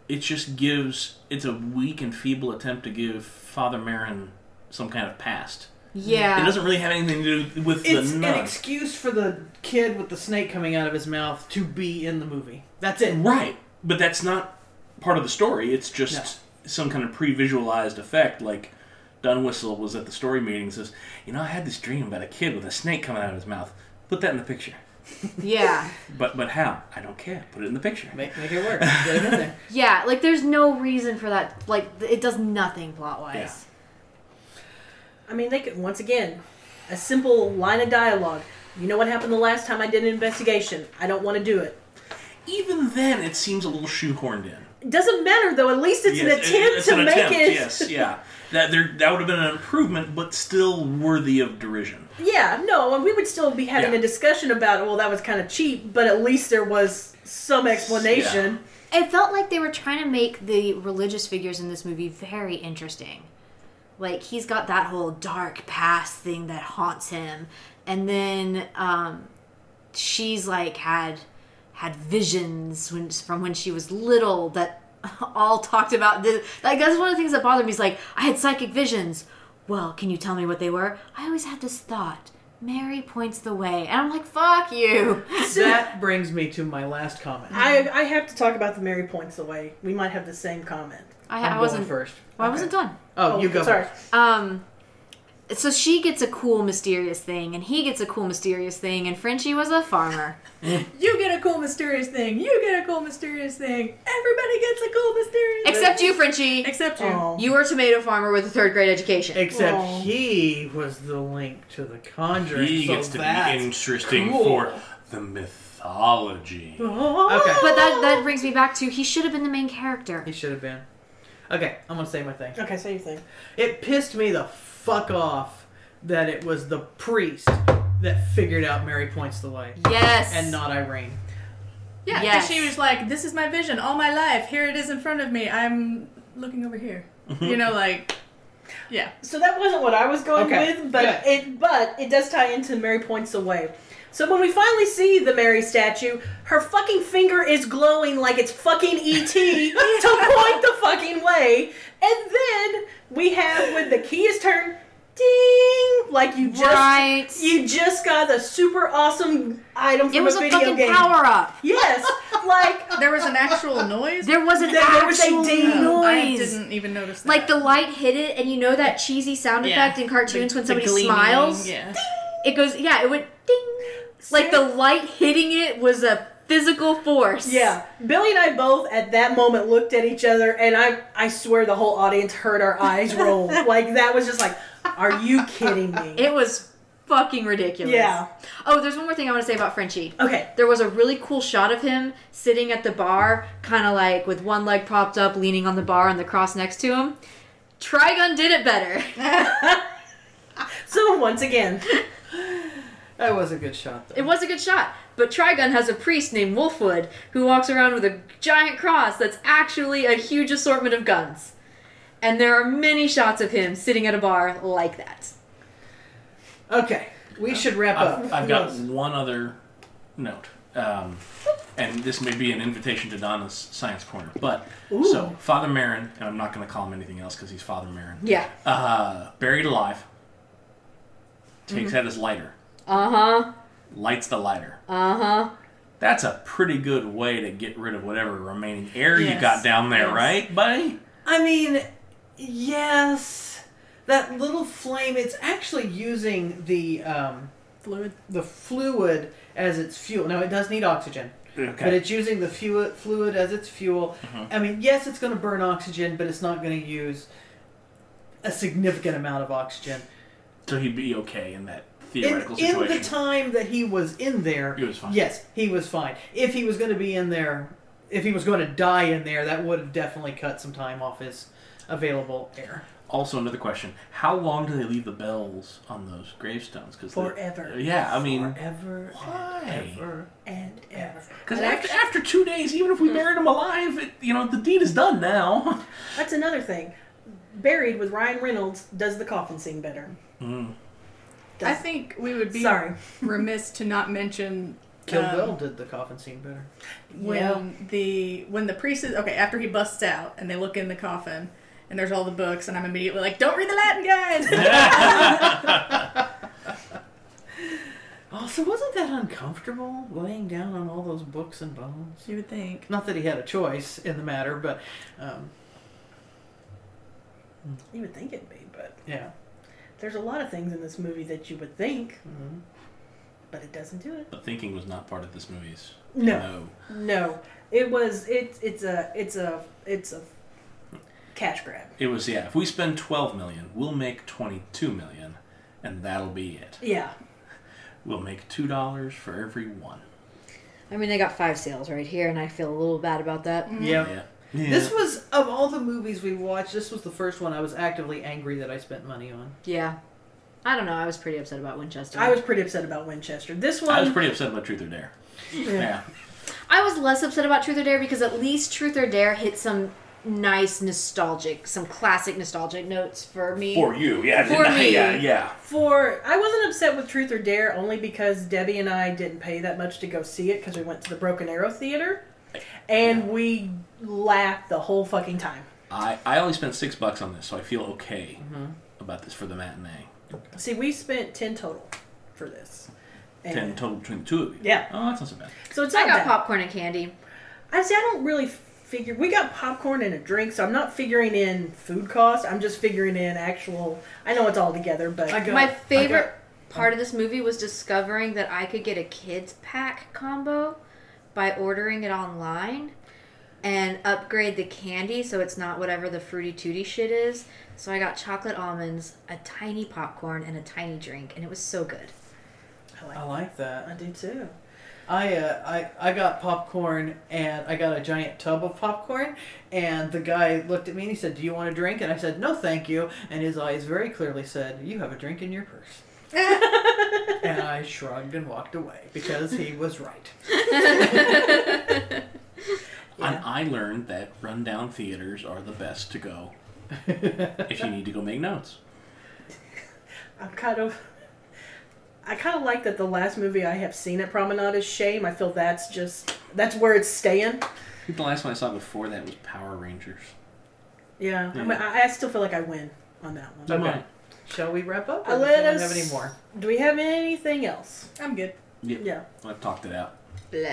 It just gives it's a weak and feeble attempt to give Father Marin some kind of past. It
Yeah.
doesn't really have anything to do with
It's
the
an
nun.
excuse for the kid with the snake coming out of his mouth to be in the movie. That's it.
right, but that's not part of the story. It's just some kind of pre-visualized effect. Like Dunwhistle was at the story meeting and says, "You know, I had this dream about a kid with a snake coming out of his mouth. Put that in the picture."
Yeah.
But but how? I don't care. Put it in the picture.
Make, make it work. Get him in there.
Yeah, like there's no reason for that. Like th- it does nothing plot wise.
I mean, they could once again a simple line of dialogue. You know what happened the last time I did an investigation? I don't want to do it.
Even then, it seems a little shoehorned in.
Doesn't matter though. At least it's an
Yes, it-
attempt
it's
to
an
make
attempt,
it.
Yes, yeah. That there, that would have been an improvement, but still worthy of derision.
Yeah, no, and we would still be having
Yeah.
a discussion about well, that was kind of cheap, but at least there was some
Mm-hmm.
explanation.
It felt like they were trying to make the religious figures in this movie very interesting. Like he's got that whole dark past thing that haunts him, and then um, she's like had had visions when, from when she was little that all talked about this. Like that's one of the things that bothered me. Is like I had psychic visions. Well, can you tell me what they were? I always had this thought. Mary points the way, and I'm like, "Fuck you."
That brings me to my last comment.
I I have to talk about the Mary points away. We might have the same comment.
I,
I'm
I
going
wasn't.
first.
Well, I wasn't done.
Oh, you go.
Sorry.
first.
Um, so she gets a cool mysterious thing, and he gets a cool mysterious thing, and Frenchie was a farmer.
You get a cool mysterious thing. You get a cool mysterious thing. Everybody gets a cool mysterious
Except
thing.
you, Frenchie.
Except you.
Aw.
You were a tomato farmer with a third grade education.
Except
Aw.
he was the link to the Conjuring.
He
so
gets to
that's
be interesting
cool.
for the mythology.
Okay.
But that that brings me back to he should have been the main character.
he should have been. Okay, I'm gonna say my thing.
Okay, say your thing.
It pissed me the fuck off that it was the priest that figured out Mary points the way
Yes.
and not Irene.
Yeah, 'cause
Yes.
she was like, "This is my vision all my life. Here it is in front of me. I'm looking over here." you know, like, yeah,
So that wasn't what I was going
Okay,
with, but it but it does tie into Mary points away. So when we finally see the Mary statue, her fucking finger is glowing like it's fucking ET to point the fucking way. And then we have when the key is turned, ding, like you just
right.
you just got the super awesome item from
it was
a
a
video
fucking
game.
power up.
Yes, like
there was an actual noise.
There was an
There- there was a
actual
ding.
Oh, I
noise.
didn't even notice that.
Like the light hit it, and you know that cheesy sound
Yeah.
effect in cartoons when
The
somebody
gleaming,
smiles.
Yeah.
It goes, yeah, it went ding. Like the light hitting it was a physical force.
Yeah, Billy and I both at that moment looked at each other, and I I swear the whole audience heard our eyes roll. like that was just like, are you kidding me?
It was fucking ridiculous.
Yeah.
Oh, there's one more thing I want to say about Frenchie.
Okay.
There was a really cool shot of him sitting at the bar, kind of like with one leg propped up, leaning on the bar and the cross next to him. Trigun did it better.
So once again,
That was a good shot, though.
It was a good shot. But Trigun has a priest named Wolfwood who walks around with a giant cross that's actually a huge assortment of guns. And there are many shots of him sitting at a bar like that.
Okay, we should wrap
I've,
up.
I've
Who
got
else?
one other note, um, and this may be an invitation to Donna's science corner. But so Father Marin, and I'm not going to call him anything else because he's Father Marin.
Yeah.
Uh, buried alive. Takes out his lighter.
Uh huh.
Lights the lighter.
Uh huh.
That's a pretty good way to get rid of whatever remaining air you
Yes.
got down there,
Yes.
right, buddy?
I mean, yes, that little flame—it's actually using the um,
Fluid.
the fluid as its fuel. Now it does need oxygen,
Okay. Mm-hmm.
but it's using the fu- fluid as its fuel. I mean, yes, it's going to burn oxygen, but it's not going to use a significant amount of oxygen.
so he'd be okay in that
In,
theoretical
in
situation.
the time that he was in there,
He was fine.
Yes, he was fine. If he was going to be in there, if he was going to die in there, that would have definitely cut some time off his available air.
Also, another question: How long do they leave the bells on those gravestones? Because
Forever.
Yeah, I mean,
Forever
Why?
and ever
And
ever.
because after, after two days, even
Hmm.
if we buried him alive, it, you know the deed is done now.
That's another thing. Buried with Ryan Reynolds does the coffin scene better.
I think we would be
Sorry.
remiss to not mention
Kill
um,
Bill did the coffin scene better.
when the when the priest is okay after he busts out and they look in the coffin and there's all the books and I'm immediately like, don't read the Latin, guys.
Also, wasn't that uncomfortable laying down on all those books and bones?
you would think.
Not that he had a choice in the matter, but um,
You would think it'd be, but
yeah.
there's a lot of things in this movie that you would think,
mm-hmm.
but it doesn't do it.
but thinking was not part of this movie's.
No. No, it was it. It's a it's a it's a cash grab.
it was yeah. If we spend twelve million, we'll make twenty-two million, and that'll be it.
Yeah,
We'll make two dollars for every one.
I mean, they got five sales right here, and I feel a little bad about that.
Yeah.
Yeah. yeah.
This was of all the movies we watched. This was the first one I was actively angry that I spent money on.
Yeah. I don't know. I was pretty upset about Winchester.
I was pretty upset about Winchester. This one,
I was pretty upset about Truth or Dare. Yeah.
I was less upset about Truth or Dare because at least Truth or Dare hit some nice nostalgic, some classic nostalgic notes for me.
For you, yeah.
For me.
Yeah, yeah.
for I wasn't upset with Truth or Dare only because Debbie and I didn't pay that much to go see it because we went to the Broken Arrow Theater, and we laughed the whole fucking time.
I, I only spent six bucks on this, so I feel okay
Mm-hmm.
about this for the matinee.
See, we spent ten total for this. And
Ten total between the two of you.
Yeah.
Oh, that's not so bad.
So it's
I
not
got
bad.
popcorn and candy.
I see. I don't really figure. We got popcorn and a drink, so I'm not figuring in food cost. I'm just figuring in actual. I know it's all together, but
I got
My favorite part of this movie was discovering that I could get a kids pack combo by ordering it online and upgrade the candy so it's not whatever the fruity tooty shit is. So I got chocolate almonds, a tiny popcorn, and a tiny drink, and it was so good.
I like.
I like
I
that.
do too.
I, uh, I I got popcorn and I got a giant tub of popcorn and the guy looked at me and he said, "Do you want a drink?" And I said, "No, thank you." And his eyes very clearly said, "You have a drink in your purse." and I shrugged and walked away because he was right.
And I learned that rundown theaters are the best to go if you need to go make notes.
I'm kind of. I kind of like that the last movie I have seen at Promenade is Shame. I feel that's just that's where it's staying.
I think the last one I saw before that was Power Rangers.
Yeah, I, mean,
Yeah.
I I still feel like I win on that one.
Come
Okay.
on.
Shall we wrap up?
Uh,
Or
let
does
us-
anyone have any more?
Do we have anything else?
I'm good.
Yep.
Yeah.
I've talked it out.
Blah.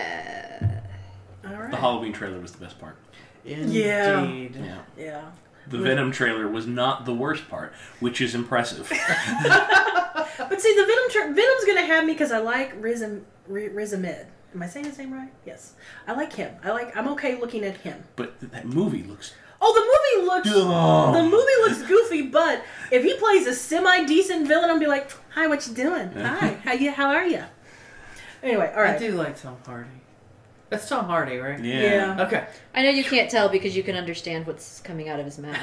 All
The
right.
Halloween trailer was the best part.
Yeah.
Indeed.
Yeah.
Yeah.
The Venom trailer was not the worst part, which is impressive.
Uh, But see, the Venom tra- Venom's gonna have me because I like Riz Am- Ri- Riz Ahmed. Am I saying his name right? Yes. I like him. I like. I'm okay looking at him.
but that movie looks.
Oh, the movie looks.
Dumb.
The movie looks goofy, but if he plays a semi decent villain, I'll be like, "Hi, what you doing? Hi, how you? How are you?" Anyway, all
I
right.
do like Tom Hardy. That's Tom Hardy, right?
Yeah.
Yeah.
Okay.
I know you can't tell because you can understand what's coming out of his mouth.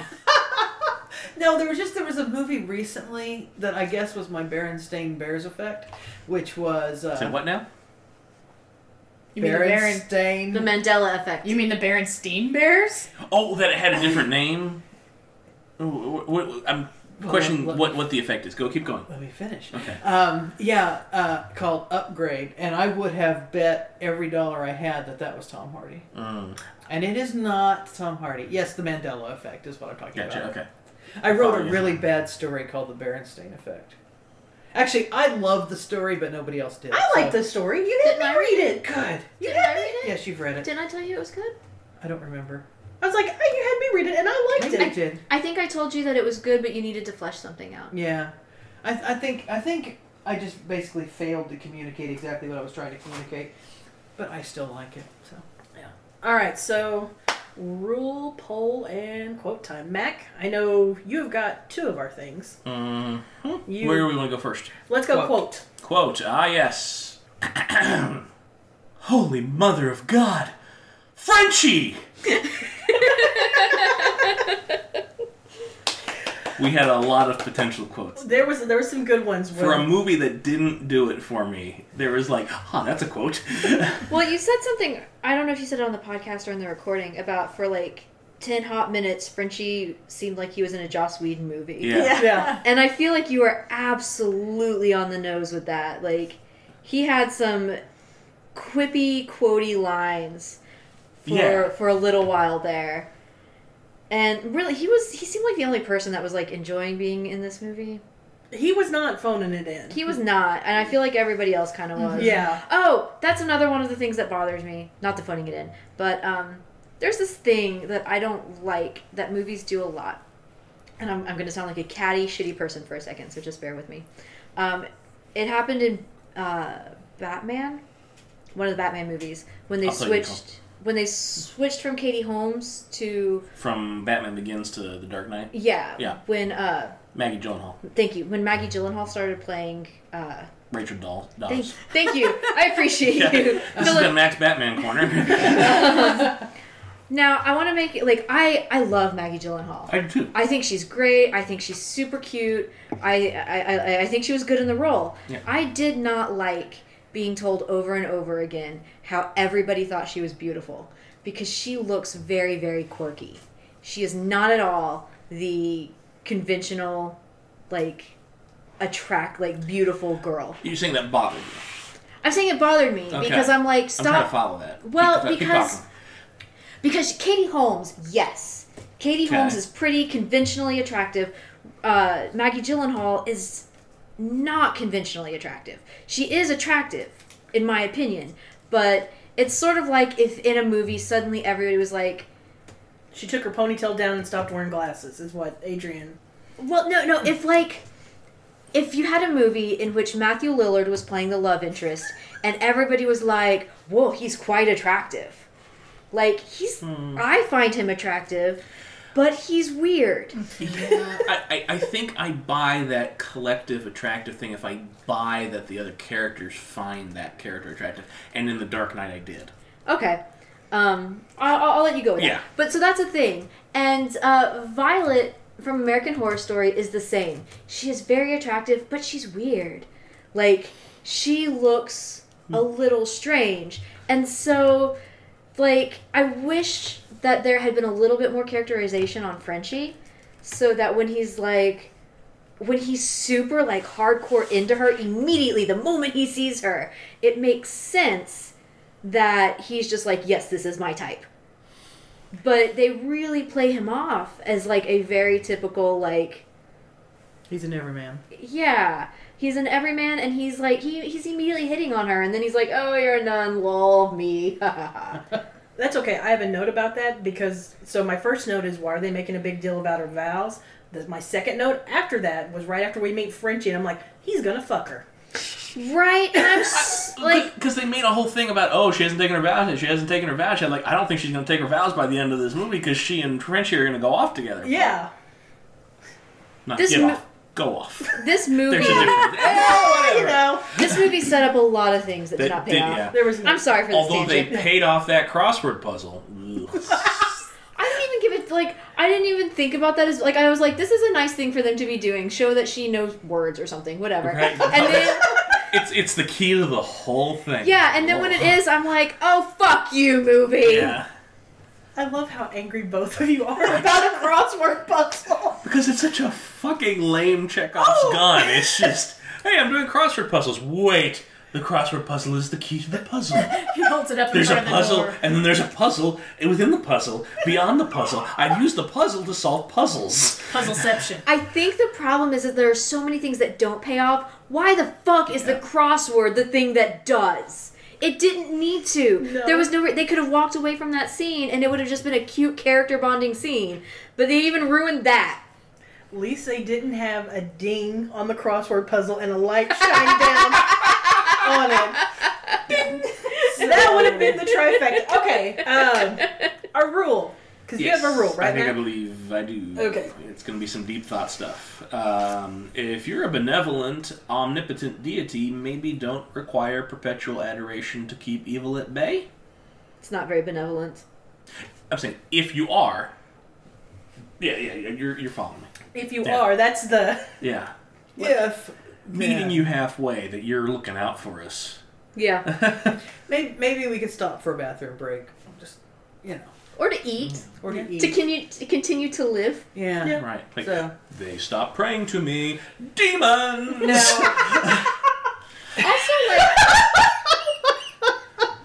No, there was just there was a movie recently that I guess was my Berenstain Bears effect, which was uh,
Say what now?
You mean the Baron?
Berenstain.
The Mandela effect.
You mean the Berenstein Bears?
Oh, that it had a different name. Oh, wh- wh- wh- I'm questioning
let-
what what the effect is. Go, keep going.
Let me finish.
Okay.
Um, yeah, uh, called Upgrade, and I would have bet every dollar I had that that was Tom Hardy,
Mm,
and it is not Tom Hardy. Yes, the Mandela effect is what I'm talking
gotcha.
about.
Okay.
I wrote
Oh,
a
yeah.
really bad story called The Berenstain Effect. Actually, I loved the story, but nobody else did.
I like
so-
the story. You didn't
Didn't
read
I read
it.
Good.
You
Didn't I
had me.
read it?
Yes, you've read it.
Didn't I tell you it was good?
I don't remember.
I was like, oh, you had me read it, and I liked
Maybe I
it.
did.
I think I told you that it was good, but you needed to flesh something out.
Yeah, I, th- I think I think I just basically failed to communicate exactly what I was trying to communicate, but I still like it. So
All right, so rule, poll, and quote time. Mac, I know you've got two of our things.
Mm,
Uh, You-
Where do we want to go first?
Let's go
Quote.
quote.
Quote, ah, yes. Holy Mother of God! Frenchie! we had a lot of potential quotes.
There was there were some good ones. Where,
For a movie that didn't do it for me, there was like, huh, that's a quote.
Well, you said something. I don't know if you said it on the podcast or in the recording about for like ten hot minutes, Frenchie seemed like he was in a Joss Whedon movie.
yeah.
yeah,
And I feel like you are absolutely on the nose with that. Like, he had some quippy, quotey lines for
Yeah.
for a little while there. And really, he was he seemed like the only person that was like enjoying being in this movie.
he was not phoning it in.
He was not, and I feel like everybody else kind of was.
yeah,
Oh, that's another one of the things that bothers me. Not the phoning it in, but um, there's this thing that I don't like that movies do a lot, and I'm, I'm going to sound like a catty, shitty person for a second, so just bear with me. Um, it happened in uh, Batman, one of the Batman movies, when they
I'll tell you, Nicole.
switched when they switched from Katie Holmes to
From Batman Begins to The Dark Knight,
yeah,
Yeah.
when uh,
Maggie Gyllenhaal,
thank you when Maggie Gyllenhaal started playing. Uh,
Rachel Doll,
thank,
Dawes.
thank you, I appreciate
Yeah.
you.
This has
Philip-
been Max Batman Corner.
Now I want to make it like I I love Maggie Gyllenhaal.
I do too.
I think she's great. I think she's super cute. I I, I, I think she was good in the role.
Yeah.
I did not like being told over and over again how everybody thought she was beautiful because she looks very very quirky. She is not at all the conventional like attract like beautiful girl.
You're saying that bothered you.
I'm saying it bothered me
Okay.
because I'm like
I'm trying to
stop
follow that. uh, Keep-
Well,
keep
because-
talking.
because Katie Holmes, yes, Katie
Okay.
Holmes is pretty conventionally attractive. Uh, Maggie Gyllenhaal is not conventionally attractive. She is attractive, in my opinion, but it's sort of like if in a movie suddenly everybody was like,
she took her ponytail down and stopped wearing glasses. Is what Adrian.
Well, no, no. If like, if you had a movie in which Matthew Lillard was playing the love interest, and everybody was like, "Whoa, he's quite attractive," like he's, I find him attractive, but he's weird.
I, I, I think I buy that collective attractive thing if I buy that the other characters find that character attractive. And in The Dark Knight, I did.
Okay, um, I'll, I'll- I'll let you go with
Yeah.
that. But so that's a thing, and uh, Violet from American Horror Story is the same. She is very attractive, but she's weird. Like she looks a little strange, and so like I wish that there had been a little bit more characterization on Frenchie, so that when he's like when he's super like hardcore into her immediately the moment he sees her it makes sense that he's just like yes this is my type but they really play him off as like a very typical like
he's an everyman.
yeah he's an everyman and he's like he, he's immediately hitting on her and then he's like oh you're a nun lol me
That's okay. I have a note about that because so my first note is why are they making a big deal about her vows? The, my second note after that was right after we meet Frenchie, and I'm like, he's gonna fuck her.
right and i'm s- like
Because they made a whole thing about, oh, she hasn't taken her vows, and she hasn't taken her vows. yet. like, I don't think she's going to take her vows by the end of this movie because she and Frenchie are going to go off together.
Yeah,
Not
This
get
mo-
off. Go off.
this
There's
movie
a difference.
you know,
this movie set up a lot of things that,
That
did not pay
did-
off
yeah.
there was.
i'm sorry for this
Although
tangent.
they paid off that crossword puzzle. Ugh.
I didn't even give it like I didn't even think about that as like I was like this is a nice thing for them to be doing show that she knows words or something whatever
Right.
and then
It's it's the key to the whole thing.
yeah and then when it is I'm like oh fuck you movie
Yeah.
I love how angry both of you are about
about a crossword puzzle
Because it's such a fucking lame Chekhov's
Oh!
gun. It's just, hey, I'm doing crossword puzzles. Wait, the crossword puzzle is the key to the puzzle.
He holds it up in
There's a
front of the
puzzle,
door.
and then there's a puzzle, and within the puzzle, beyond the puzzle, I've used the puzzle to solve puzzles.
Puzzleception.
I think the problem is that there are so many things that don't pay off. Why the fuck is the crossword the thing that does? It didn't need to.
No.
There was no. Re- they could have walked away from that scene, and it would have just been a cute character bonding scene. But they even ruined that.
At least they didn't have a ding on the crossword puzzle and a light shine down on it. Ding! That would have been the trifecta. Okay, um, our rule. Because you have a rule, right?
I think I
Matt?
believe I do.
Okay.
It's going to be some deep thought stuff. Um, if you're a benevolent, omnipotent deity, maybe don't require perpetual adoration to keep evil at bay.
It's not very benevolent.
I'm saying if you are. Yeah, yeah, yeah you're, you're following me.
If you
Yeah.
are, that's the.
Yeah.
If
Meeting you halfway, that you're looking out for us.
Yeah.
maybe, maybe we could stop for a bathroom break, just you know,
Or to eat.
Mm.
or to eat.
To continue to continue to live.
yeah.
Right. Like,
So-
They stop praying to me. Demons!
Now,
Also, like,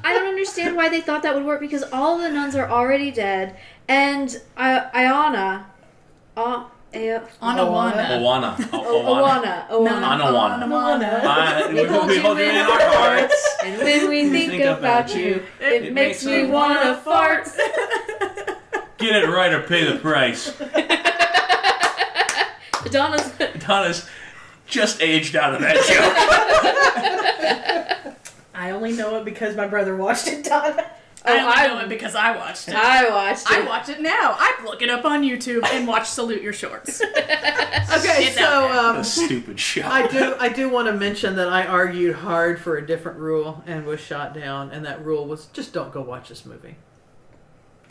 I don't understand why they thought that would work because all the nuns are already dead, and I- Iana, uh, Ia-
Anawana.
Owana. O- Owana.
Iwana, Iwana.
Anawana. I- We
It holds
we
you
hold you
in
in
our
our hearts.
And when we think, about you, it, makes me wanna fart.
Get it right or pay the price.
Donna's Oh,
Donna's just aged out of that joke.
I only know it because my brother watched it, Donna.
I only
I-
know it because I watched it.
I watched
Oh, I
it.
watch it now. I look it up on YouTube and watch Salute Your Shorts.
okay,
It's out
so
there.
um,
A stupid show.
I do I do want to mention that I argued hard for a different rule and was shot down, and that rule was just don't go watch this movie.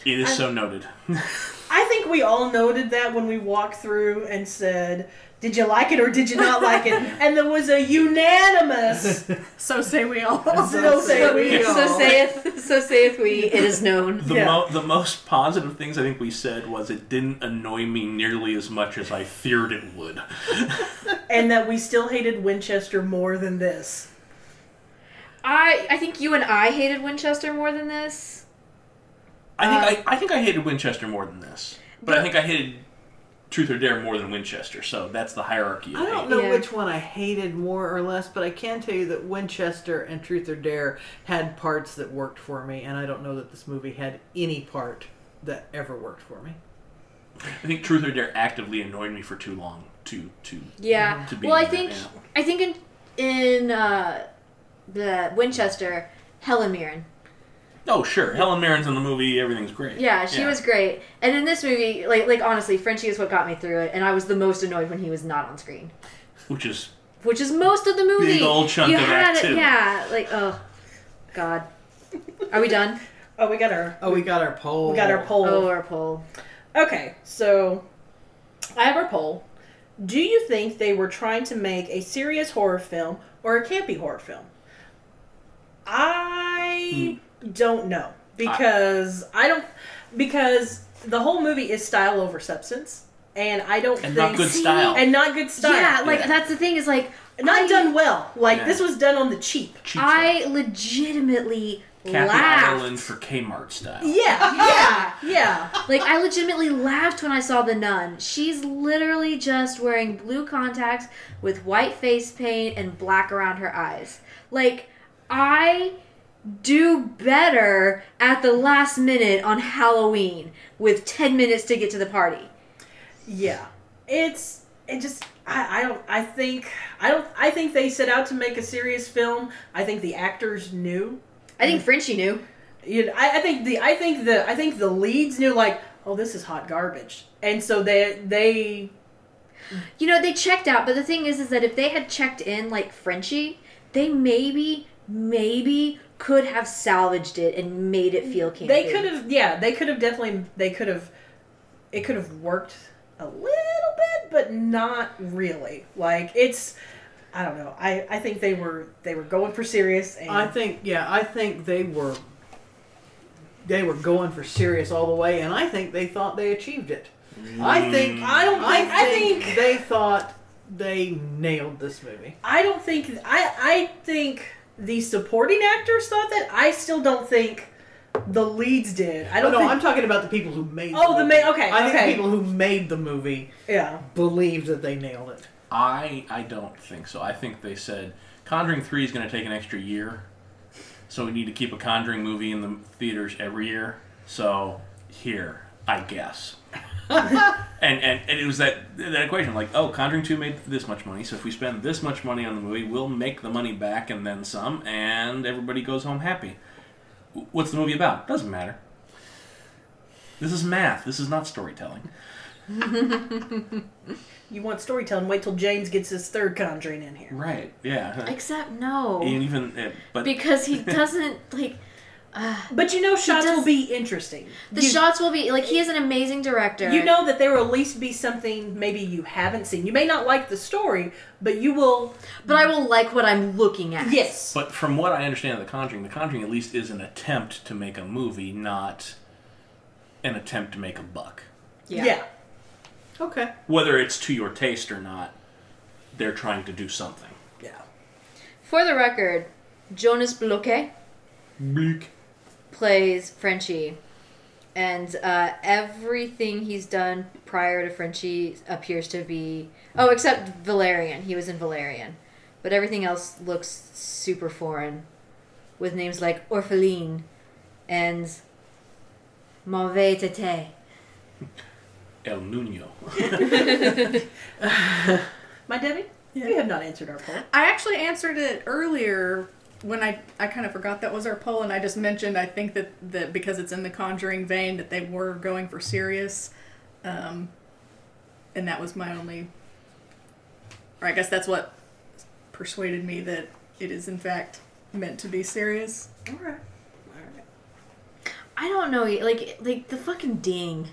It is so noted.
I think we all noted that when we walked through and said, "Did you like it or did you not like it?" And there was a unanimous.
so say we all.
so say we all.
So saith, so saith we. It is known.
The,
Yeah.
mo- the most positive things I think we said was it didn't annoy me nearly as much as I feared it would.
and that we still hated Winchester more than this.
I, I think you and I hated Winchester more than this.
I
Uh,
think I, I think I hated Winchester more than this, but I think I hated Truth or Dare more than Winchester. So that's the hierarchy. Of
I don't
hate.
know
Yeah.
which one I hated more or less, but I can tell you that Winchester and Truth or Dare had parts that worked for me, and I don't know that this movie had any part that ever worked for me.
I think Truth or Dare actively annoyed me for too long. To to
Yeah.
Mm-hmm. to be
Well, I
in that
think
animal.
I think in in uh, the Winchester, Helen Mirren.
oh sure, Helen Mirren's in the movie. Everything's great.
Yeah, she was great. And in this movie, like like honestly, Frenchie is what got me through it, and I was the most annoyed when he was not on screen,
which is
which is most of the movie.
old chunk
you
of
had
Act
it,
Two.
yeah. Like oh, god. Are we done?
Oh, we got our
Oh, we got our poll.
we got our poll.
Oh, our poll.
Okay, so I have our poll. Do you think they were trying to make a serious horror film or a campy horror film? I
Hmm.
don't know because I, don't because the whole movie is style over substance, and I don't
and
think
not good style.
and not good style.
Yeah, like
Yeah.
that's the thing is like
not
I,
done well. Like
Yeah.
this was done on the cheap.
Cheap
I legitimately
style. Kathy
laughed.
Ireland for Kmart style.
Yeah, yeah, yeah.
Like I legitimately laughed when I saw the nun. She's literally just wearing blue contacts with white face paint and black around her eyes. Like I do better at the last minute on Halloween with 10 minutes to get to the party.
Yeah, it's it just I, I don't I think I don't I think they set out to make a serious film. I think the actors knew.
I think Frenchie knew.
You know, I, I think the I think the I think the leads knew like oh this is hot garbage, and so they they
You know, they checked out, but the thing is is that if they had checked in like Frenchie, they maybe maybe could have salvaged it and made it feel campy.
They could have, yeah, they could have definitely, they could have, it could have worked a little bit, but not really. Like it's, I don't know. I I think they were they were going for serious, and
I think yeah, I think they were they were going for serious all the way, and I think they thought they achieved it. I think
I don't think- I think-
they thought they nailed this movie.
I don't think I I think the supporting actors thought that. I still don't think the leads did. I
No,
don't
Oh, no,
think.
I'm talking about the people who made.
Oh, the
movie.
ma- okay,
I think
okay.
the people who made the movie
yeah.
believed that they nailed it.
I I don't think so. I think they said Conjuring Three is going to take an extra year, so we need to keep a Conjuring movie in the theaters every year. So here, I guess. and, and and it was that that equation like oh Conjuring Two made this much money, so if we spend this much money on the movie, we'll make the money back and then some, and everybody goes home happy. W- What's the movie about? Doesn't matter. This is math. This is not storytelling.
You want storytelling? Wait till James gets his third Conjuring in here.
Right? Yeah.
Except no,
And even uh, but
because he doesn't like
But you know, shots
does-
will be interesting.
the
You-
shots will be like he is an amazing director.
You know that there will at least be something maybe you haven't seen. You may not like the story, but you will.
but I will like what I'm looking at.
Yes.
But from what I understand of The Conjuring, The Conjuring at least is an attempt to make a movie, not an attempt to make a buck.
Yeah.
Okay.
Whether it's to your taste or not, they're trying to do something.
Yeah.
For the record, Jonas Bloquet
Bleak.
plays Frenchie, and uh, everything he's done prior to Frenchie appears to be oh, except Valerian. He was in Valerian, but everything else looks super foreign, with names like Orpheline and Mauvais Tete.
El Nuno.
My Debbie, you have not answered our poll.
I actually answered it earlier when I, I kind of forgot that was our poll, and I just mentioned I think that, that because it's in the Conjuring vein that they were going for serious, um, and that was my only, or I guess that's what persuaded me that it is in fact meant to be serious.
All right.
I don't know, like like the fucking ding.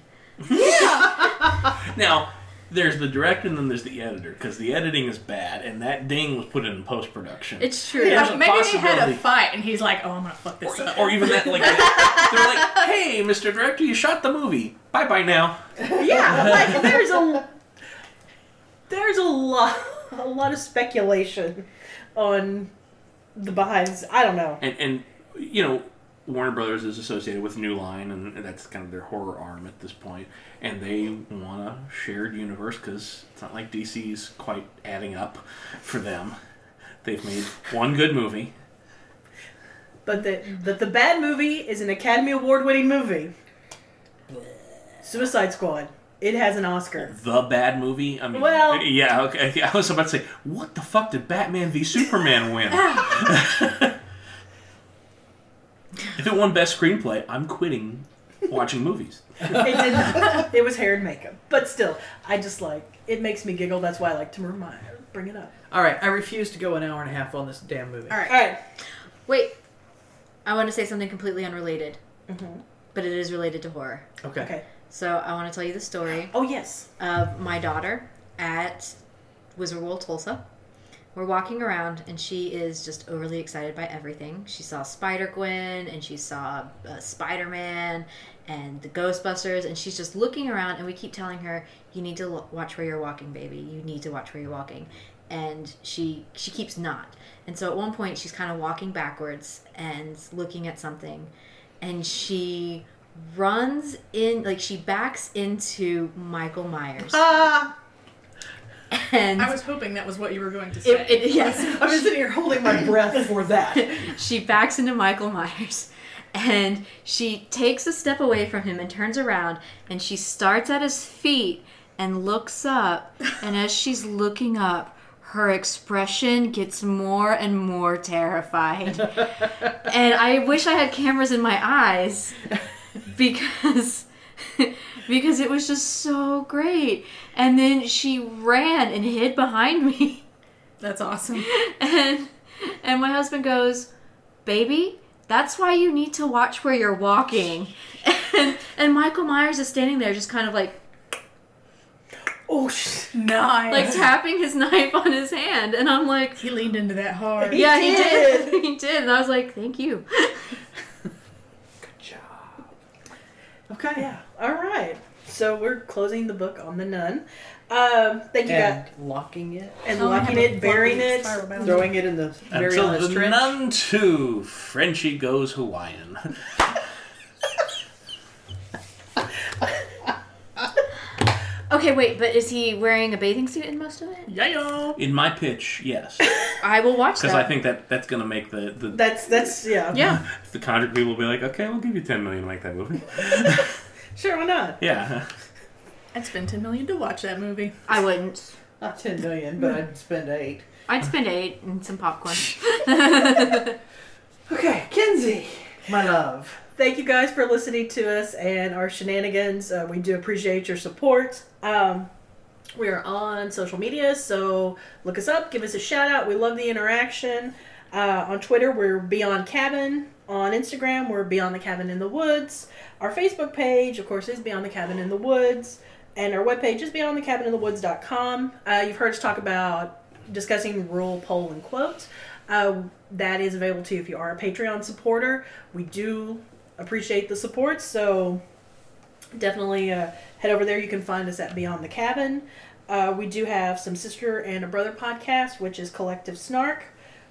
Now, there's the director and then there's the editor, because the editing is bad, and that ding was put in post production.
It's true.
There's a
Maybe they had
possibility.
a fight, and he's like, "Oh, I'm gonna fuck this up."
or even that, like, they're like, hey, Mr. Director, you shot the movie. Bye bye now.
Yeah, like there's a there's a lot a lot of speculation on the behinds. I don't know.
and and you know Warner Brothers is associated with New Line, and that's kind of their horror arm at this point. And they want a shared universe because it's not like DC's quite adding up for them. They've made one good movie.
But the that the bad movie is an Academy Award winning movie. Suicide Squad. It has an Oscar.
The bad movie. I mean,
Well-
yeah, okay. I was about to say, what the fuck did Batman v Superman win? if it won best screenplay, I'm quitting watching movies.
It did not. It was hair and makeup. But still, I just like it makes me giggle. That's why I like to remind bring it up.
All right. I refuse to go an hour and a half on this damn movie.
All right.
All right.
Wait, I want to say something completely unrelated, Mm-hmm. but it is related to horror.
Okay.
Okay.
So I want to tell you the story
Oh yes.
of my daughter at Wizard World Tulsa. We're walking around and she is just overly excited by everything. She saw Spider Gwen and she saw uh, Spider Man and the Ghostbusters, and she's just looking around. And we keep telling her, "You need to lo- watch where you're walking, baby. You need to watch where you're walking." And she she keeps not. And so at one point, she's kind of walking backwards and looking at something, and she runs in like she backs into Michael Myers. and
Oh, I was hoping that was what you were going to say.
it, it, yes,
I was sitting here holding my breath for that.
she backs into Michael Myers and she takes a step away from him and turns around and she starts at his feet and looks up and as she's looking up her expression gets more and more terrified and i wish i had cameras in my eyes because because it was just so great and then she ran and hid behind me
That's awesome.
and and my husband goes, "Baby, that's why you need to watch where you're walking. And, and Michael Myers is standing there just kind of like
Oh, sh-
Nice.
like tapping his knife on his hand and I'm like
he leaned into that hard.
yeah, he
did.
did. he did. And I was like, "Thank you."
okay. Yeah. All right. So we're closing the book on the nun. Um, thank you, guys.
and locking it,
And
Oh, I
locking
have a
it, burying
lovely
it.
spiral bound.
throwing it in the very
Until
honest
the
trench.
nun two, Frenchie goes Hawaiian.
Okay, wait, but is he wearing a bathing suit in most of it?
Yayo.
In my pitch, yes,
I will watch
because
that.
I think that that's gonna make the the
That's that's yeah.
yeah.
the contract people will be like, okay, we'll give you ten million to make that movie.
Sure, why not?
yeah,
I'd spend ten million to watch that movie.
I wouldn't.
Not ten million, but I'd spend eight.
I'd spend 8 and some popcorn.
Okay, Kinsey, my love.
Thank you guys for listening to us and our shenanigans. Uh, we do appreciate your support. Um, we are on social media, so look us up, give us a shout out. We love the interaction. Uh, on Twitter, we're Beyond Cabin. On Instagram, we're Beyond the Cabin in the Woods. Our Facebook page, of course, is Beyond the Cabin in the Woods. And our webpage is beyondthecabininthewoods.com. Uh, you've heard us talk about discussing rural poll and quotes. Uh, that is available to you if you are a Patreon supporter. We do appreciate the support, so definitely uh, head over there. You can find us at Beyond the Cabin. Uh, we do have some sister and a brother podcast, which is Collective Snark.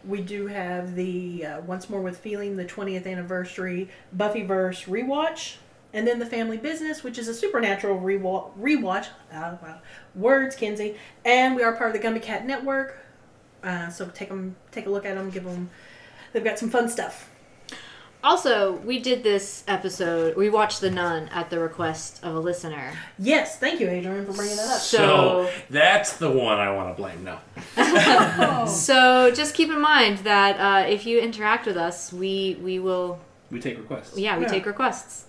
We do have the uh, Once More with Feeling, the 20th anniversary Buffyverse rewatch, and then the Family Business, which is a supernatural rewa- rewatch. Uh, wow. Words, Kinsey. And we are part of the Gummy Cat Network, uh, so take 'em- take a look at them, give them. They've got some fun stuff.
Also, we did this episode. We watched The Nun at the request of a listener.
Yes, thank you, Adrian, for bringing that up.
So-
that's the one I want to blame. No,
So just keep in mind that uh, if you interact with us, we we will
we take requests.
yeah we
Yeah.
take requests.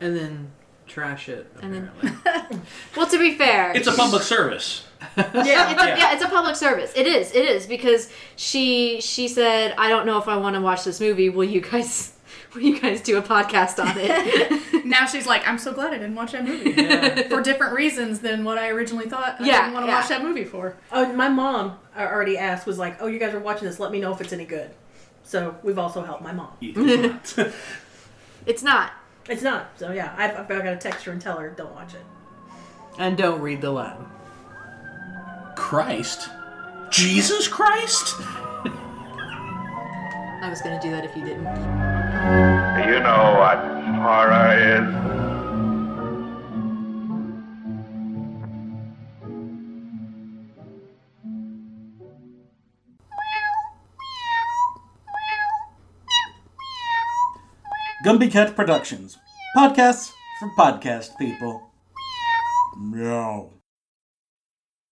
And then trash it.
And then-
Apparently.
Well, to be fair,
It's a public service.
yeah, it's a,
Yeah.
yeah, it's a public service. It is, it is because she she said, I don't know if I want to watch this movie. Will you guys will you guys do a podcast on it?
Now she's like, I'm so glad I didn't watch that movie for different reasons than what I originally thought. I
Yeah,
didn't want to
yeah.
watch that movie for.
Oh, and my mom uh, already asked, was like, "Oh, you guys are watching this. Let me know if it's any good." So we've also helped my mom.
It is not.
it's not.
It's not. So yeah, I've, I've got to text her and tell her don't watch it.
and don't read the Latin.
Christ, Jesus Christ.
I was gonna do that if you didn't.
You know what horror is?
Gumby Cat Productions. Podcasts for podcast people. Meow.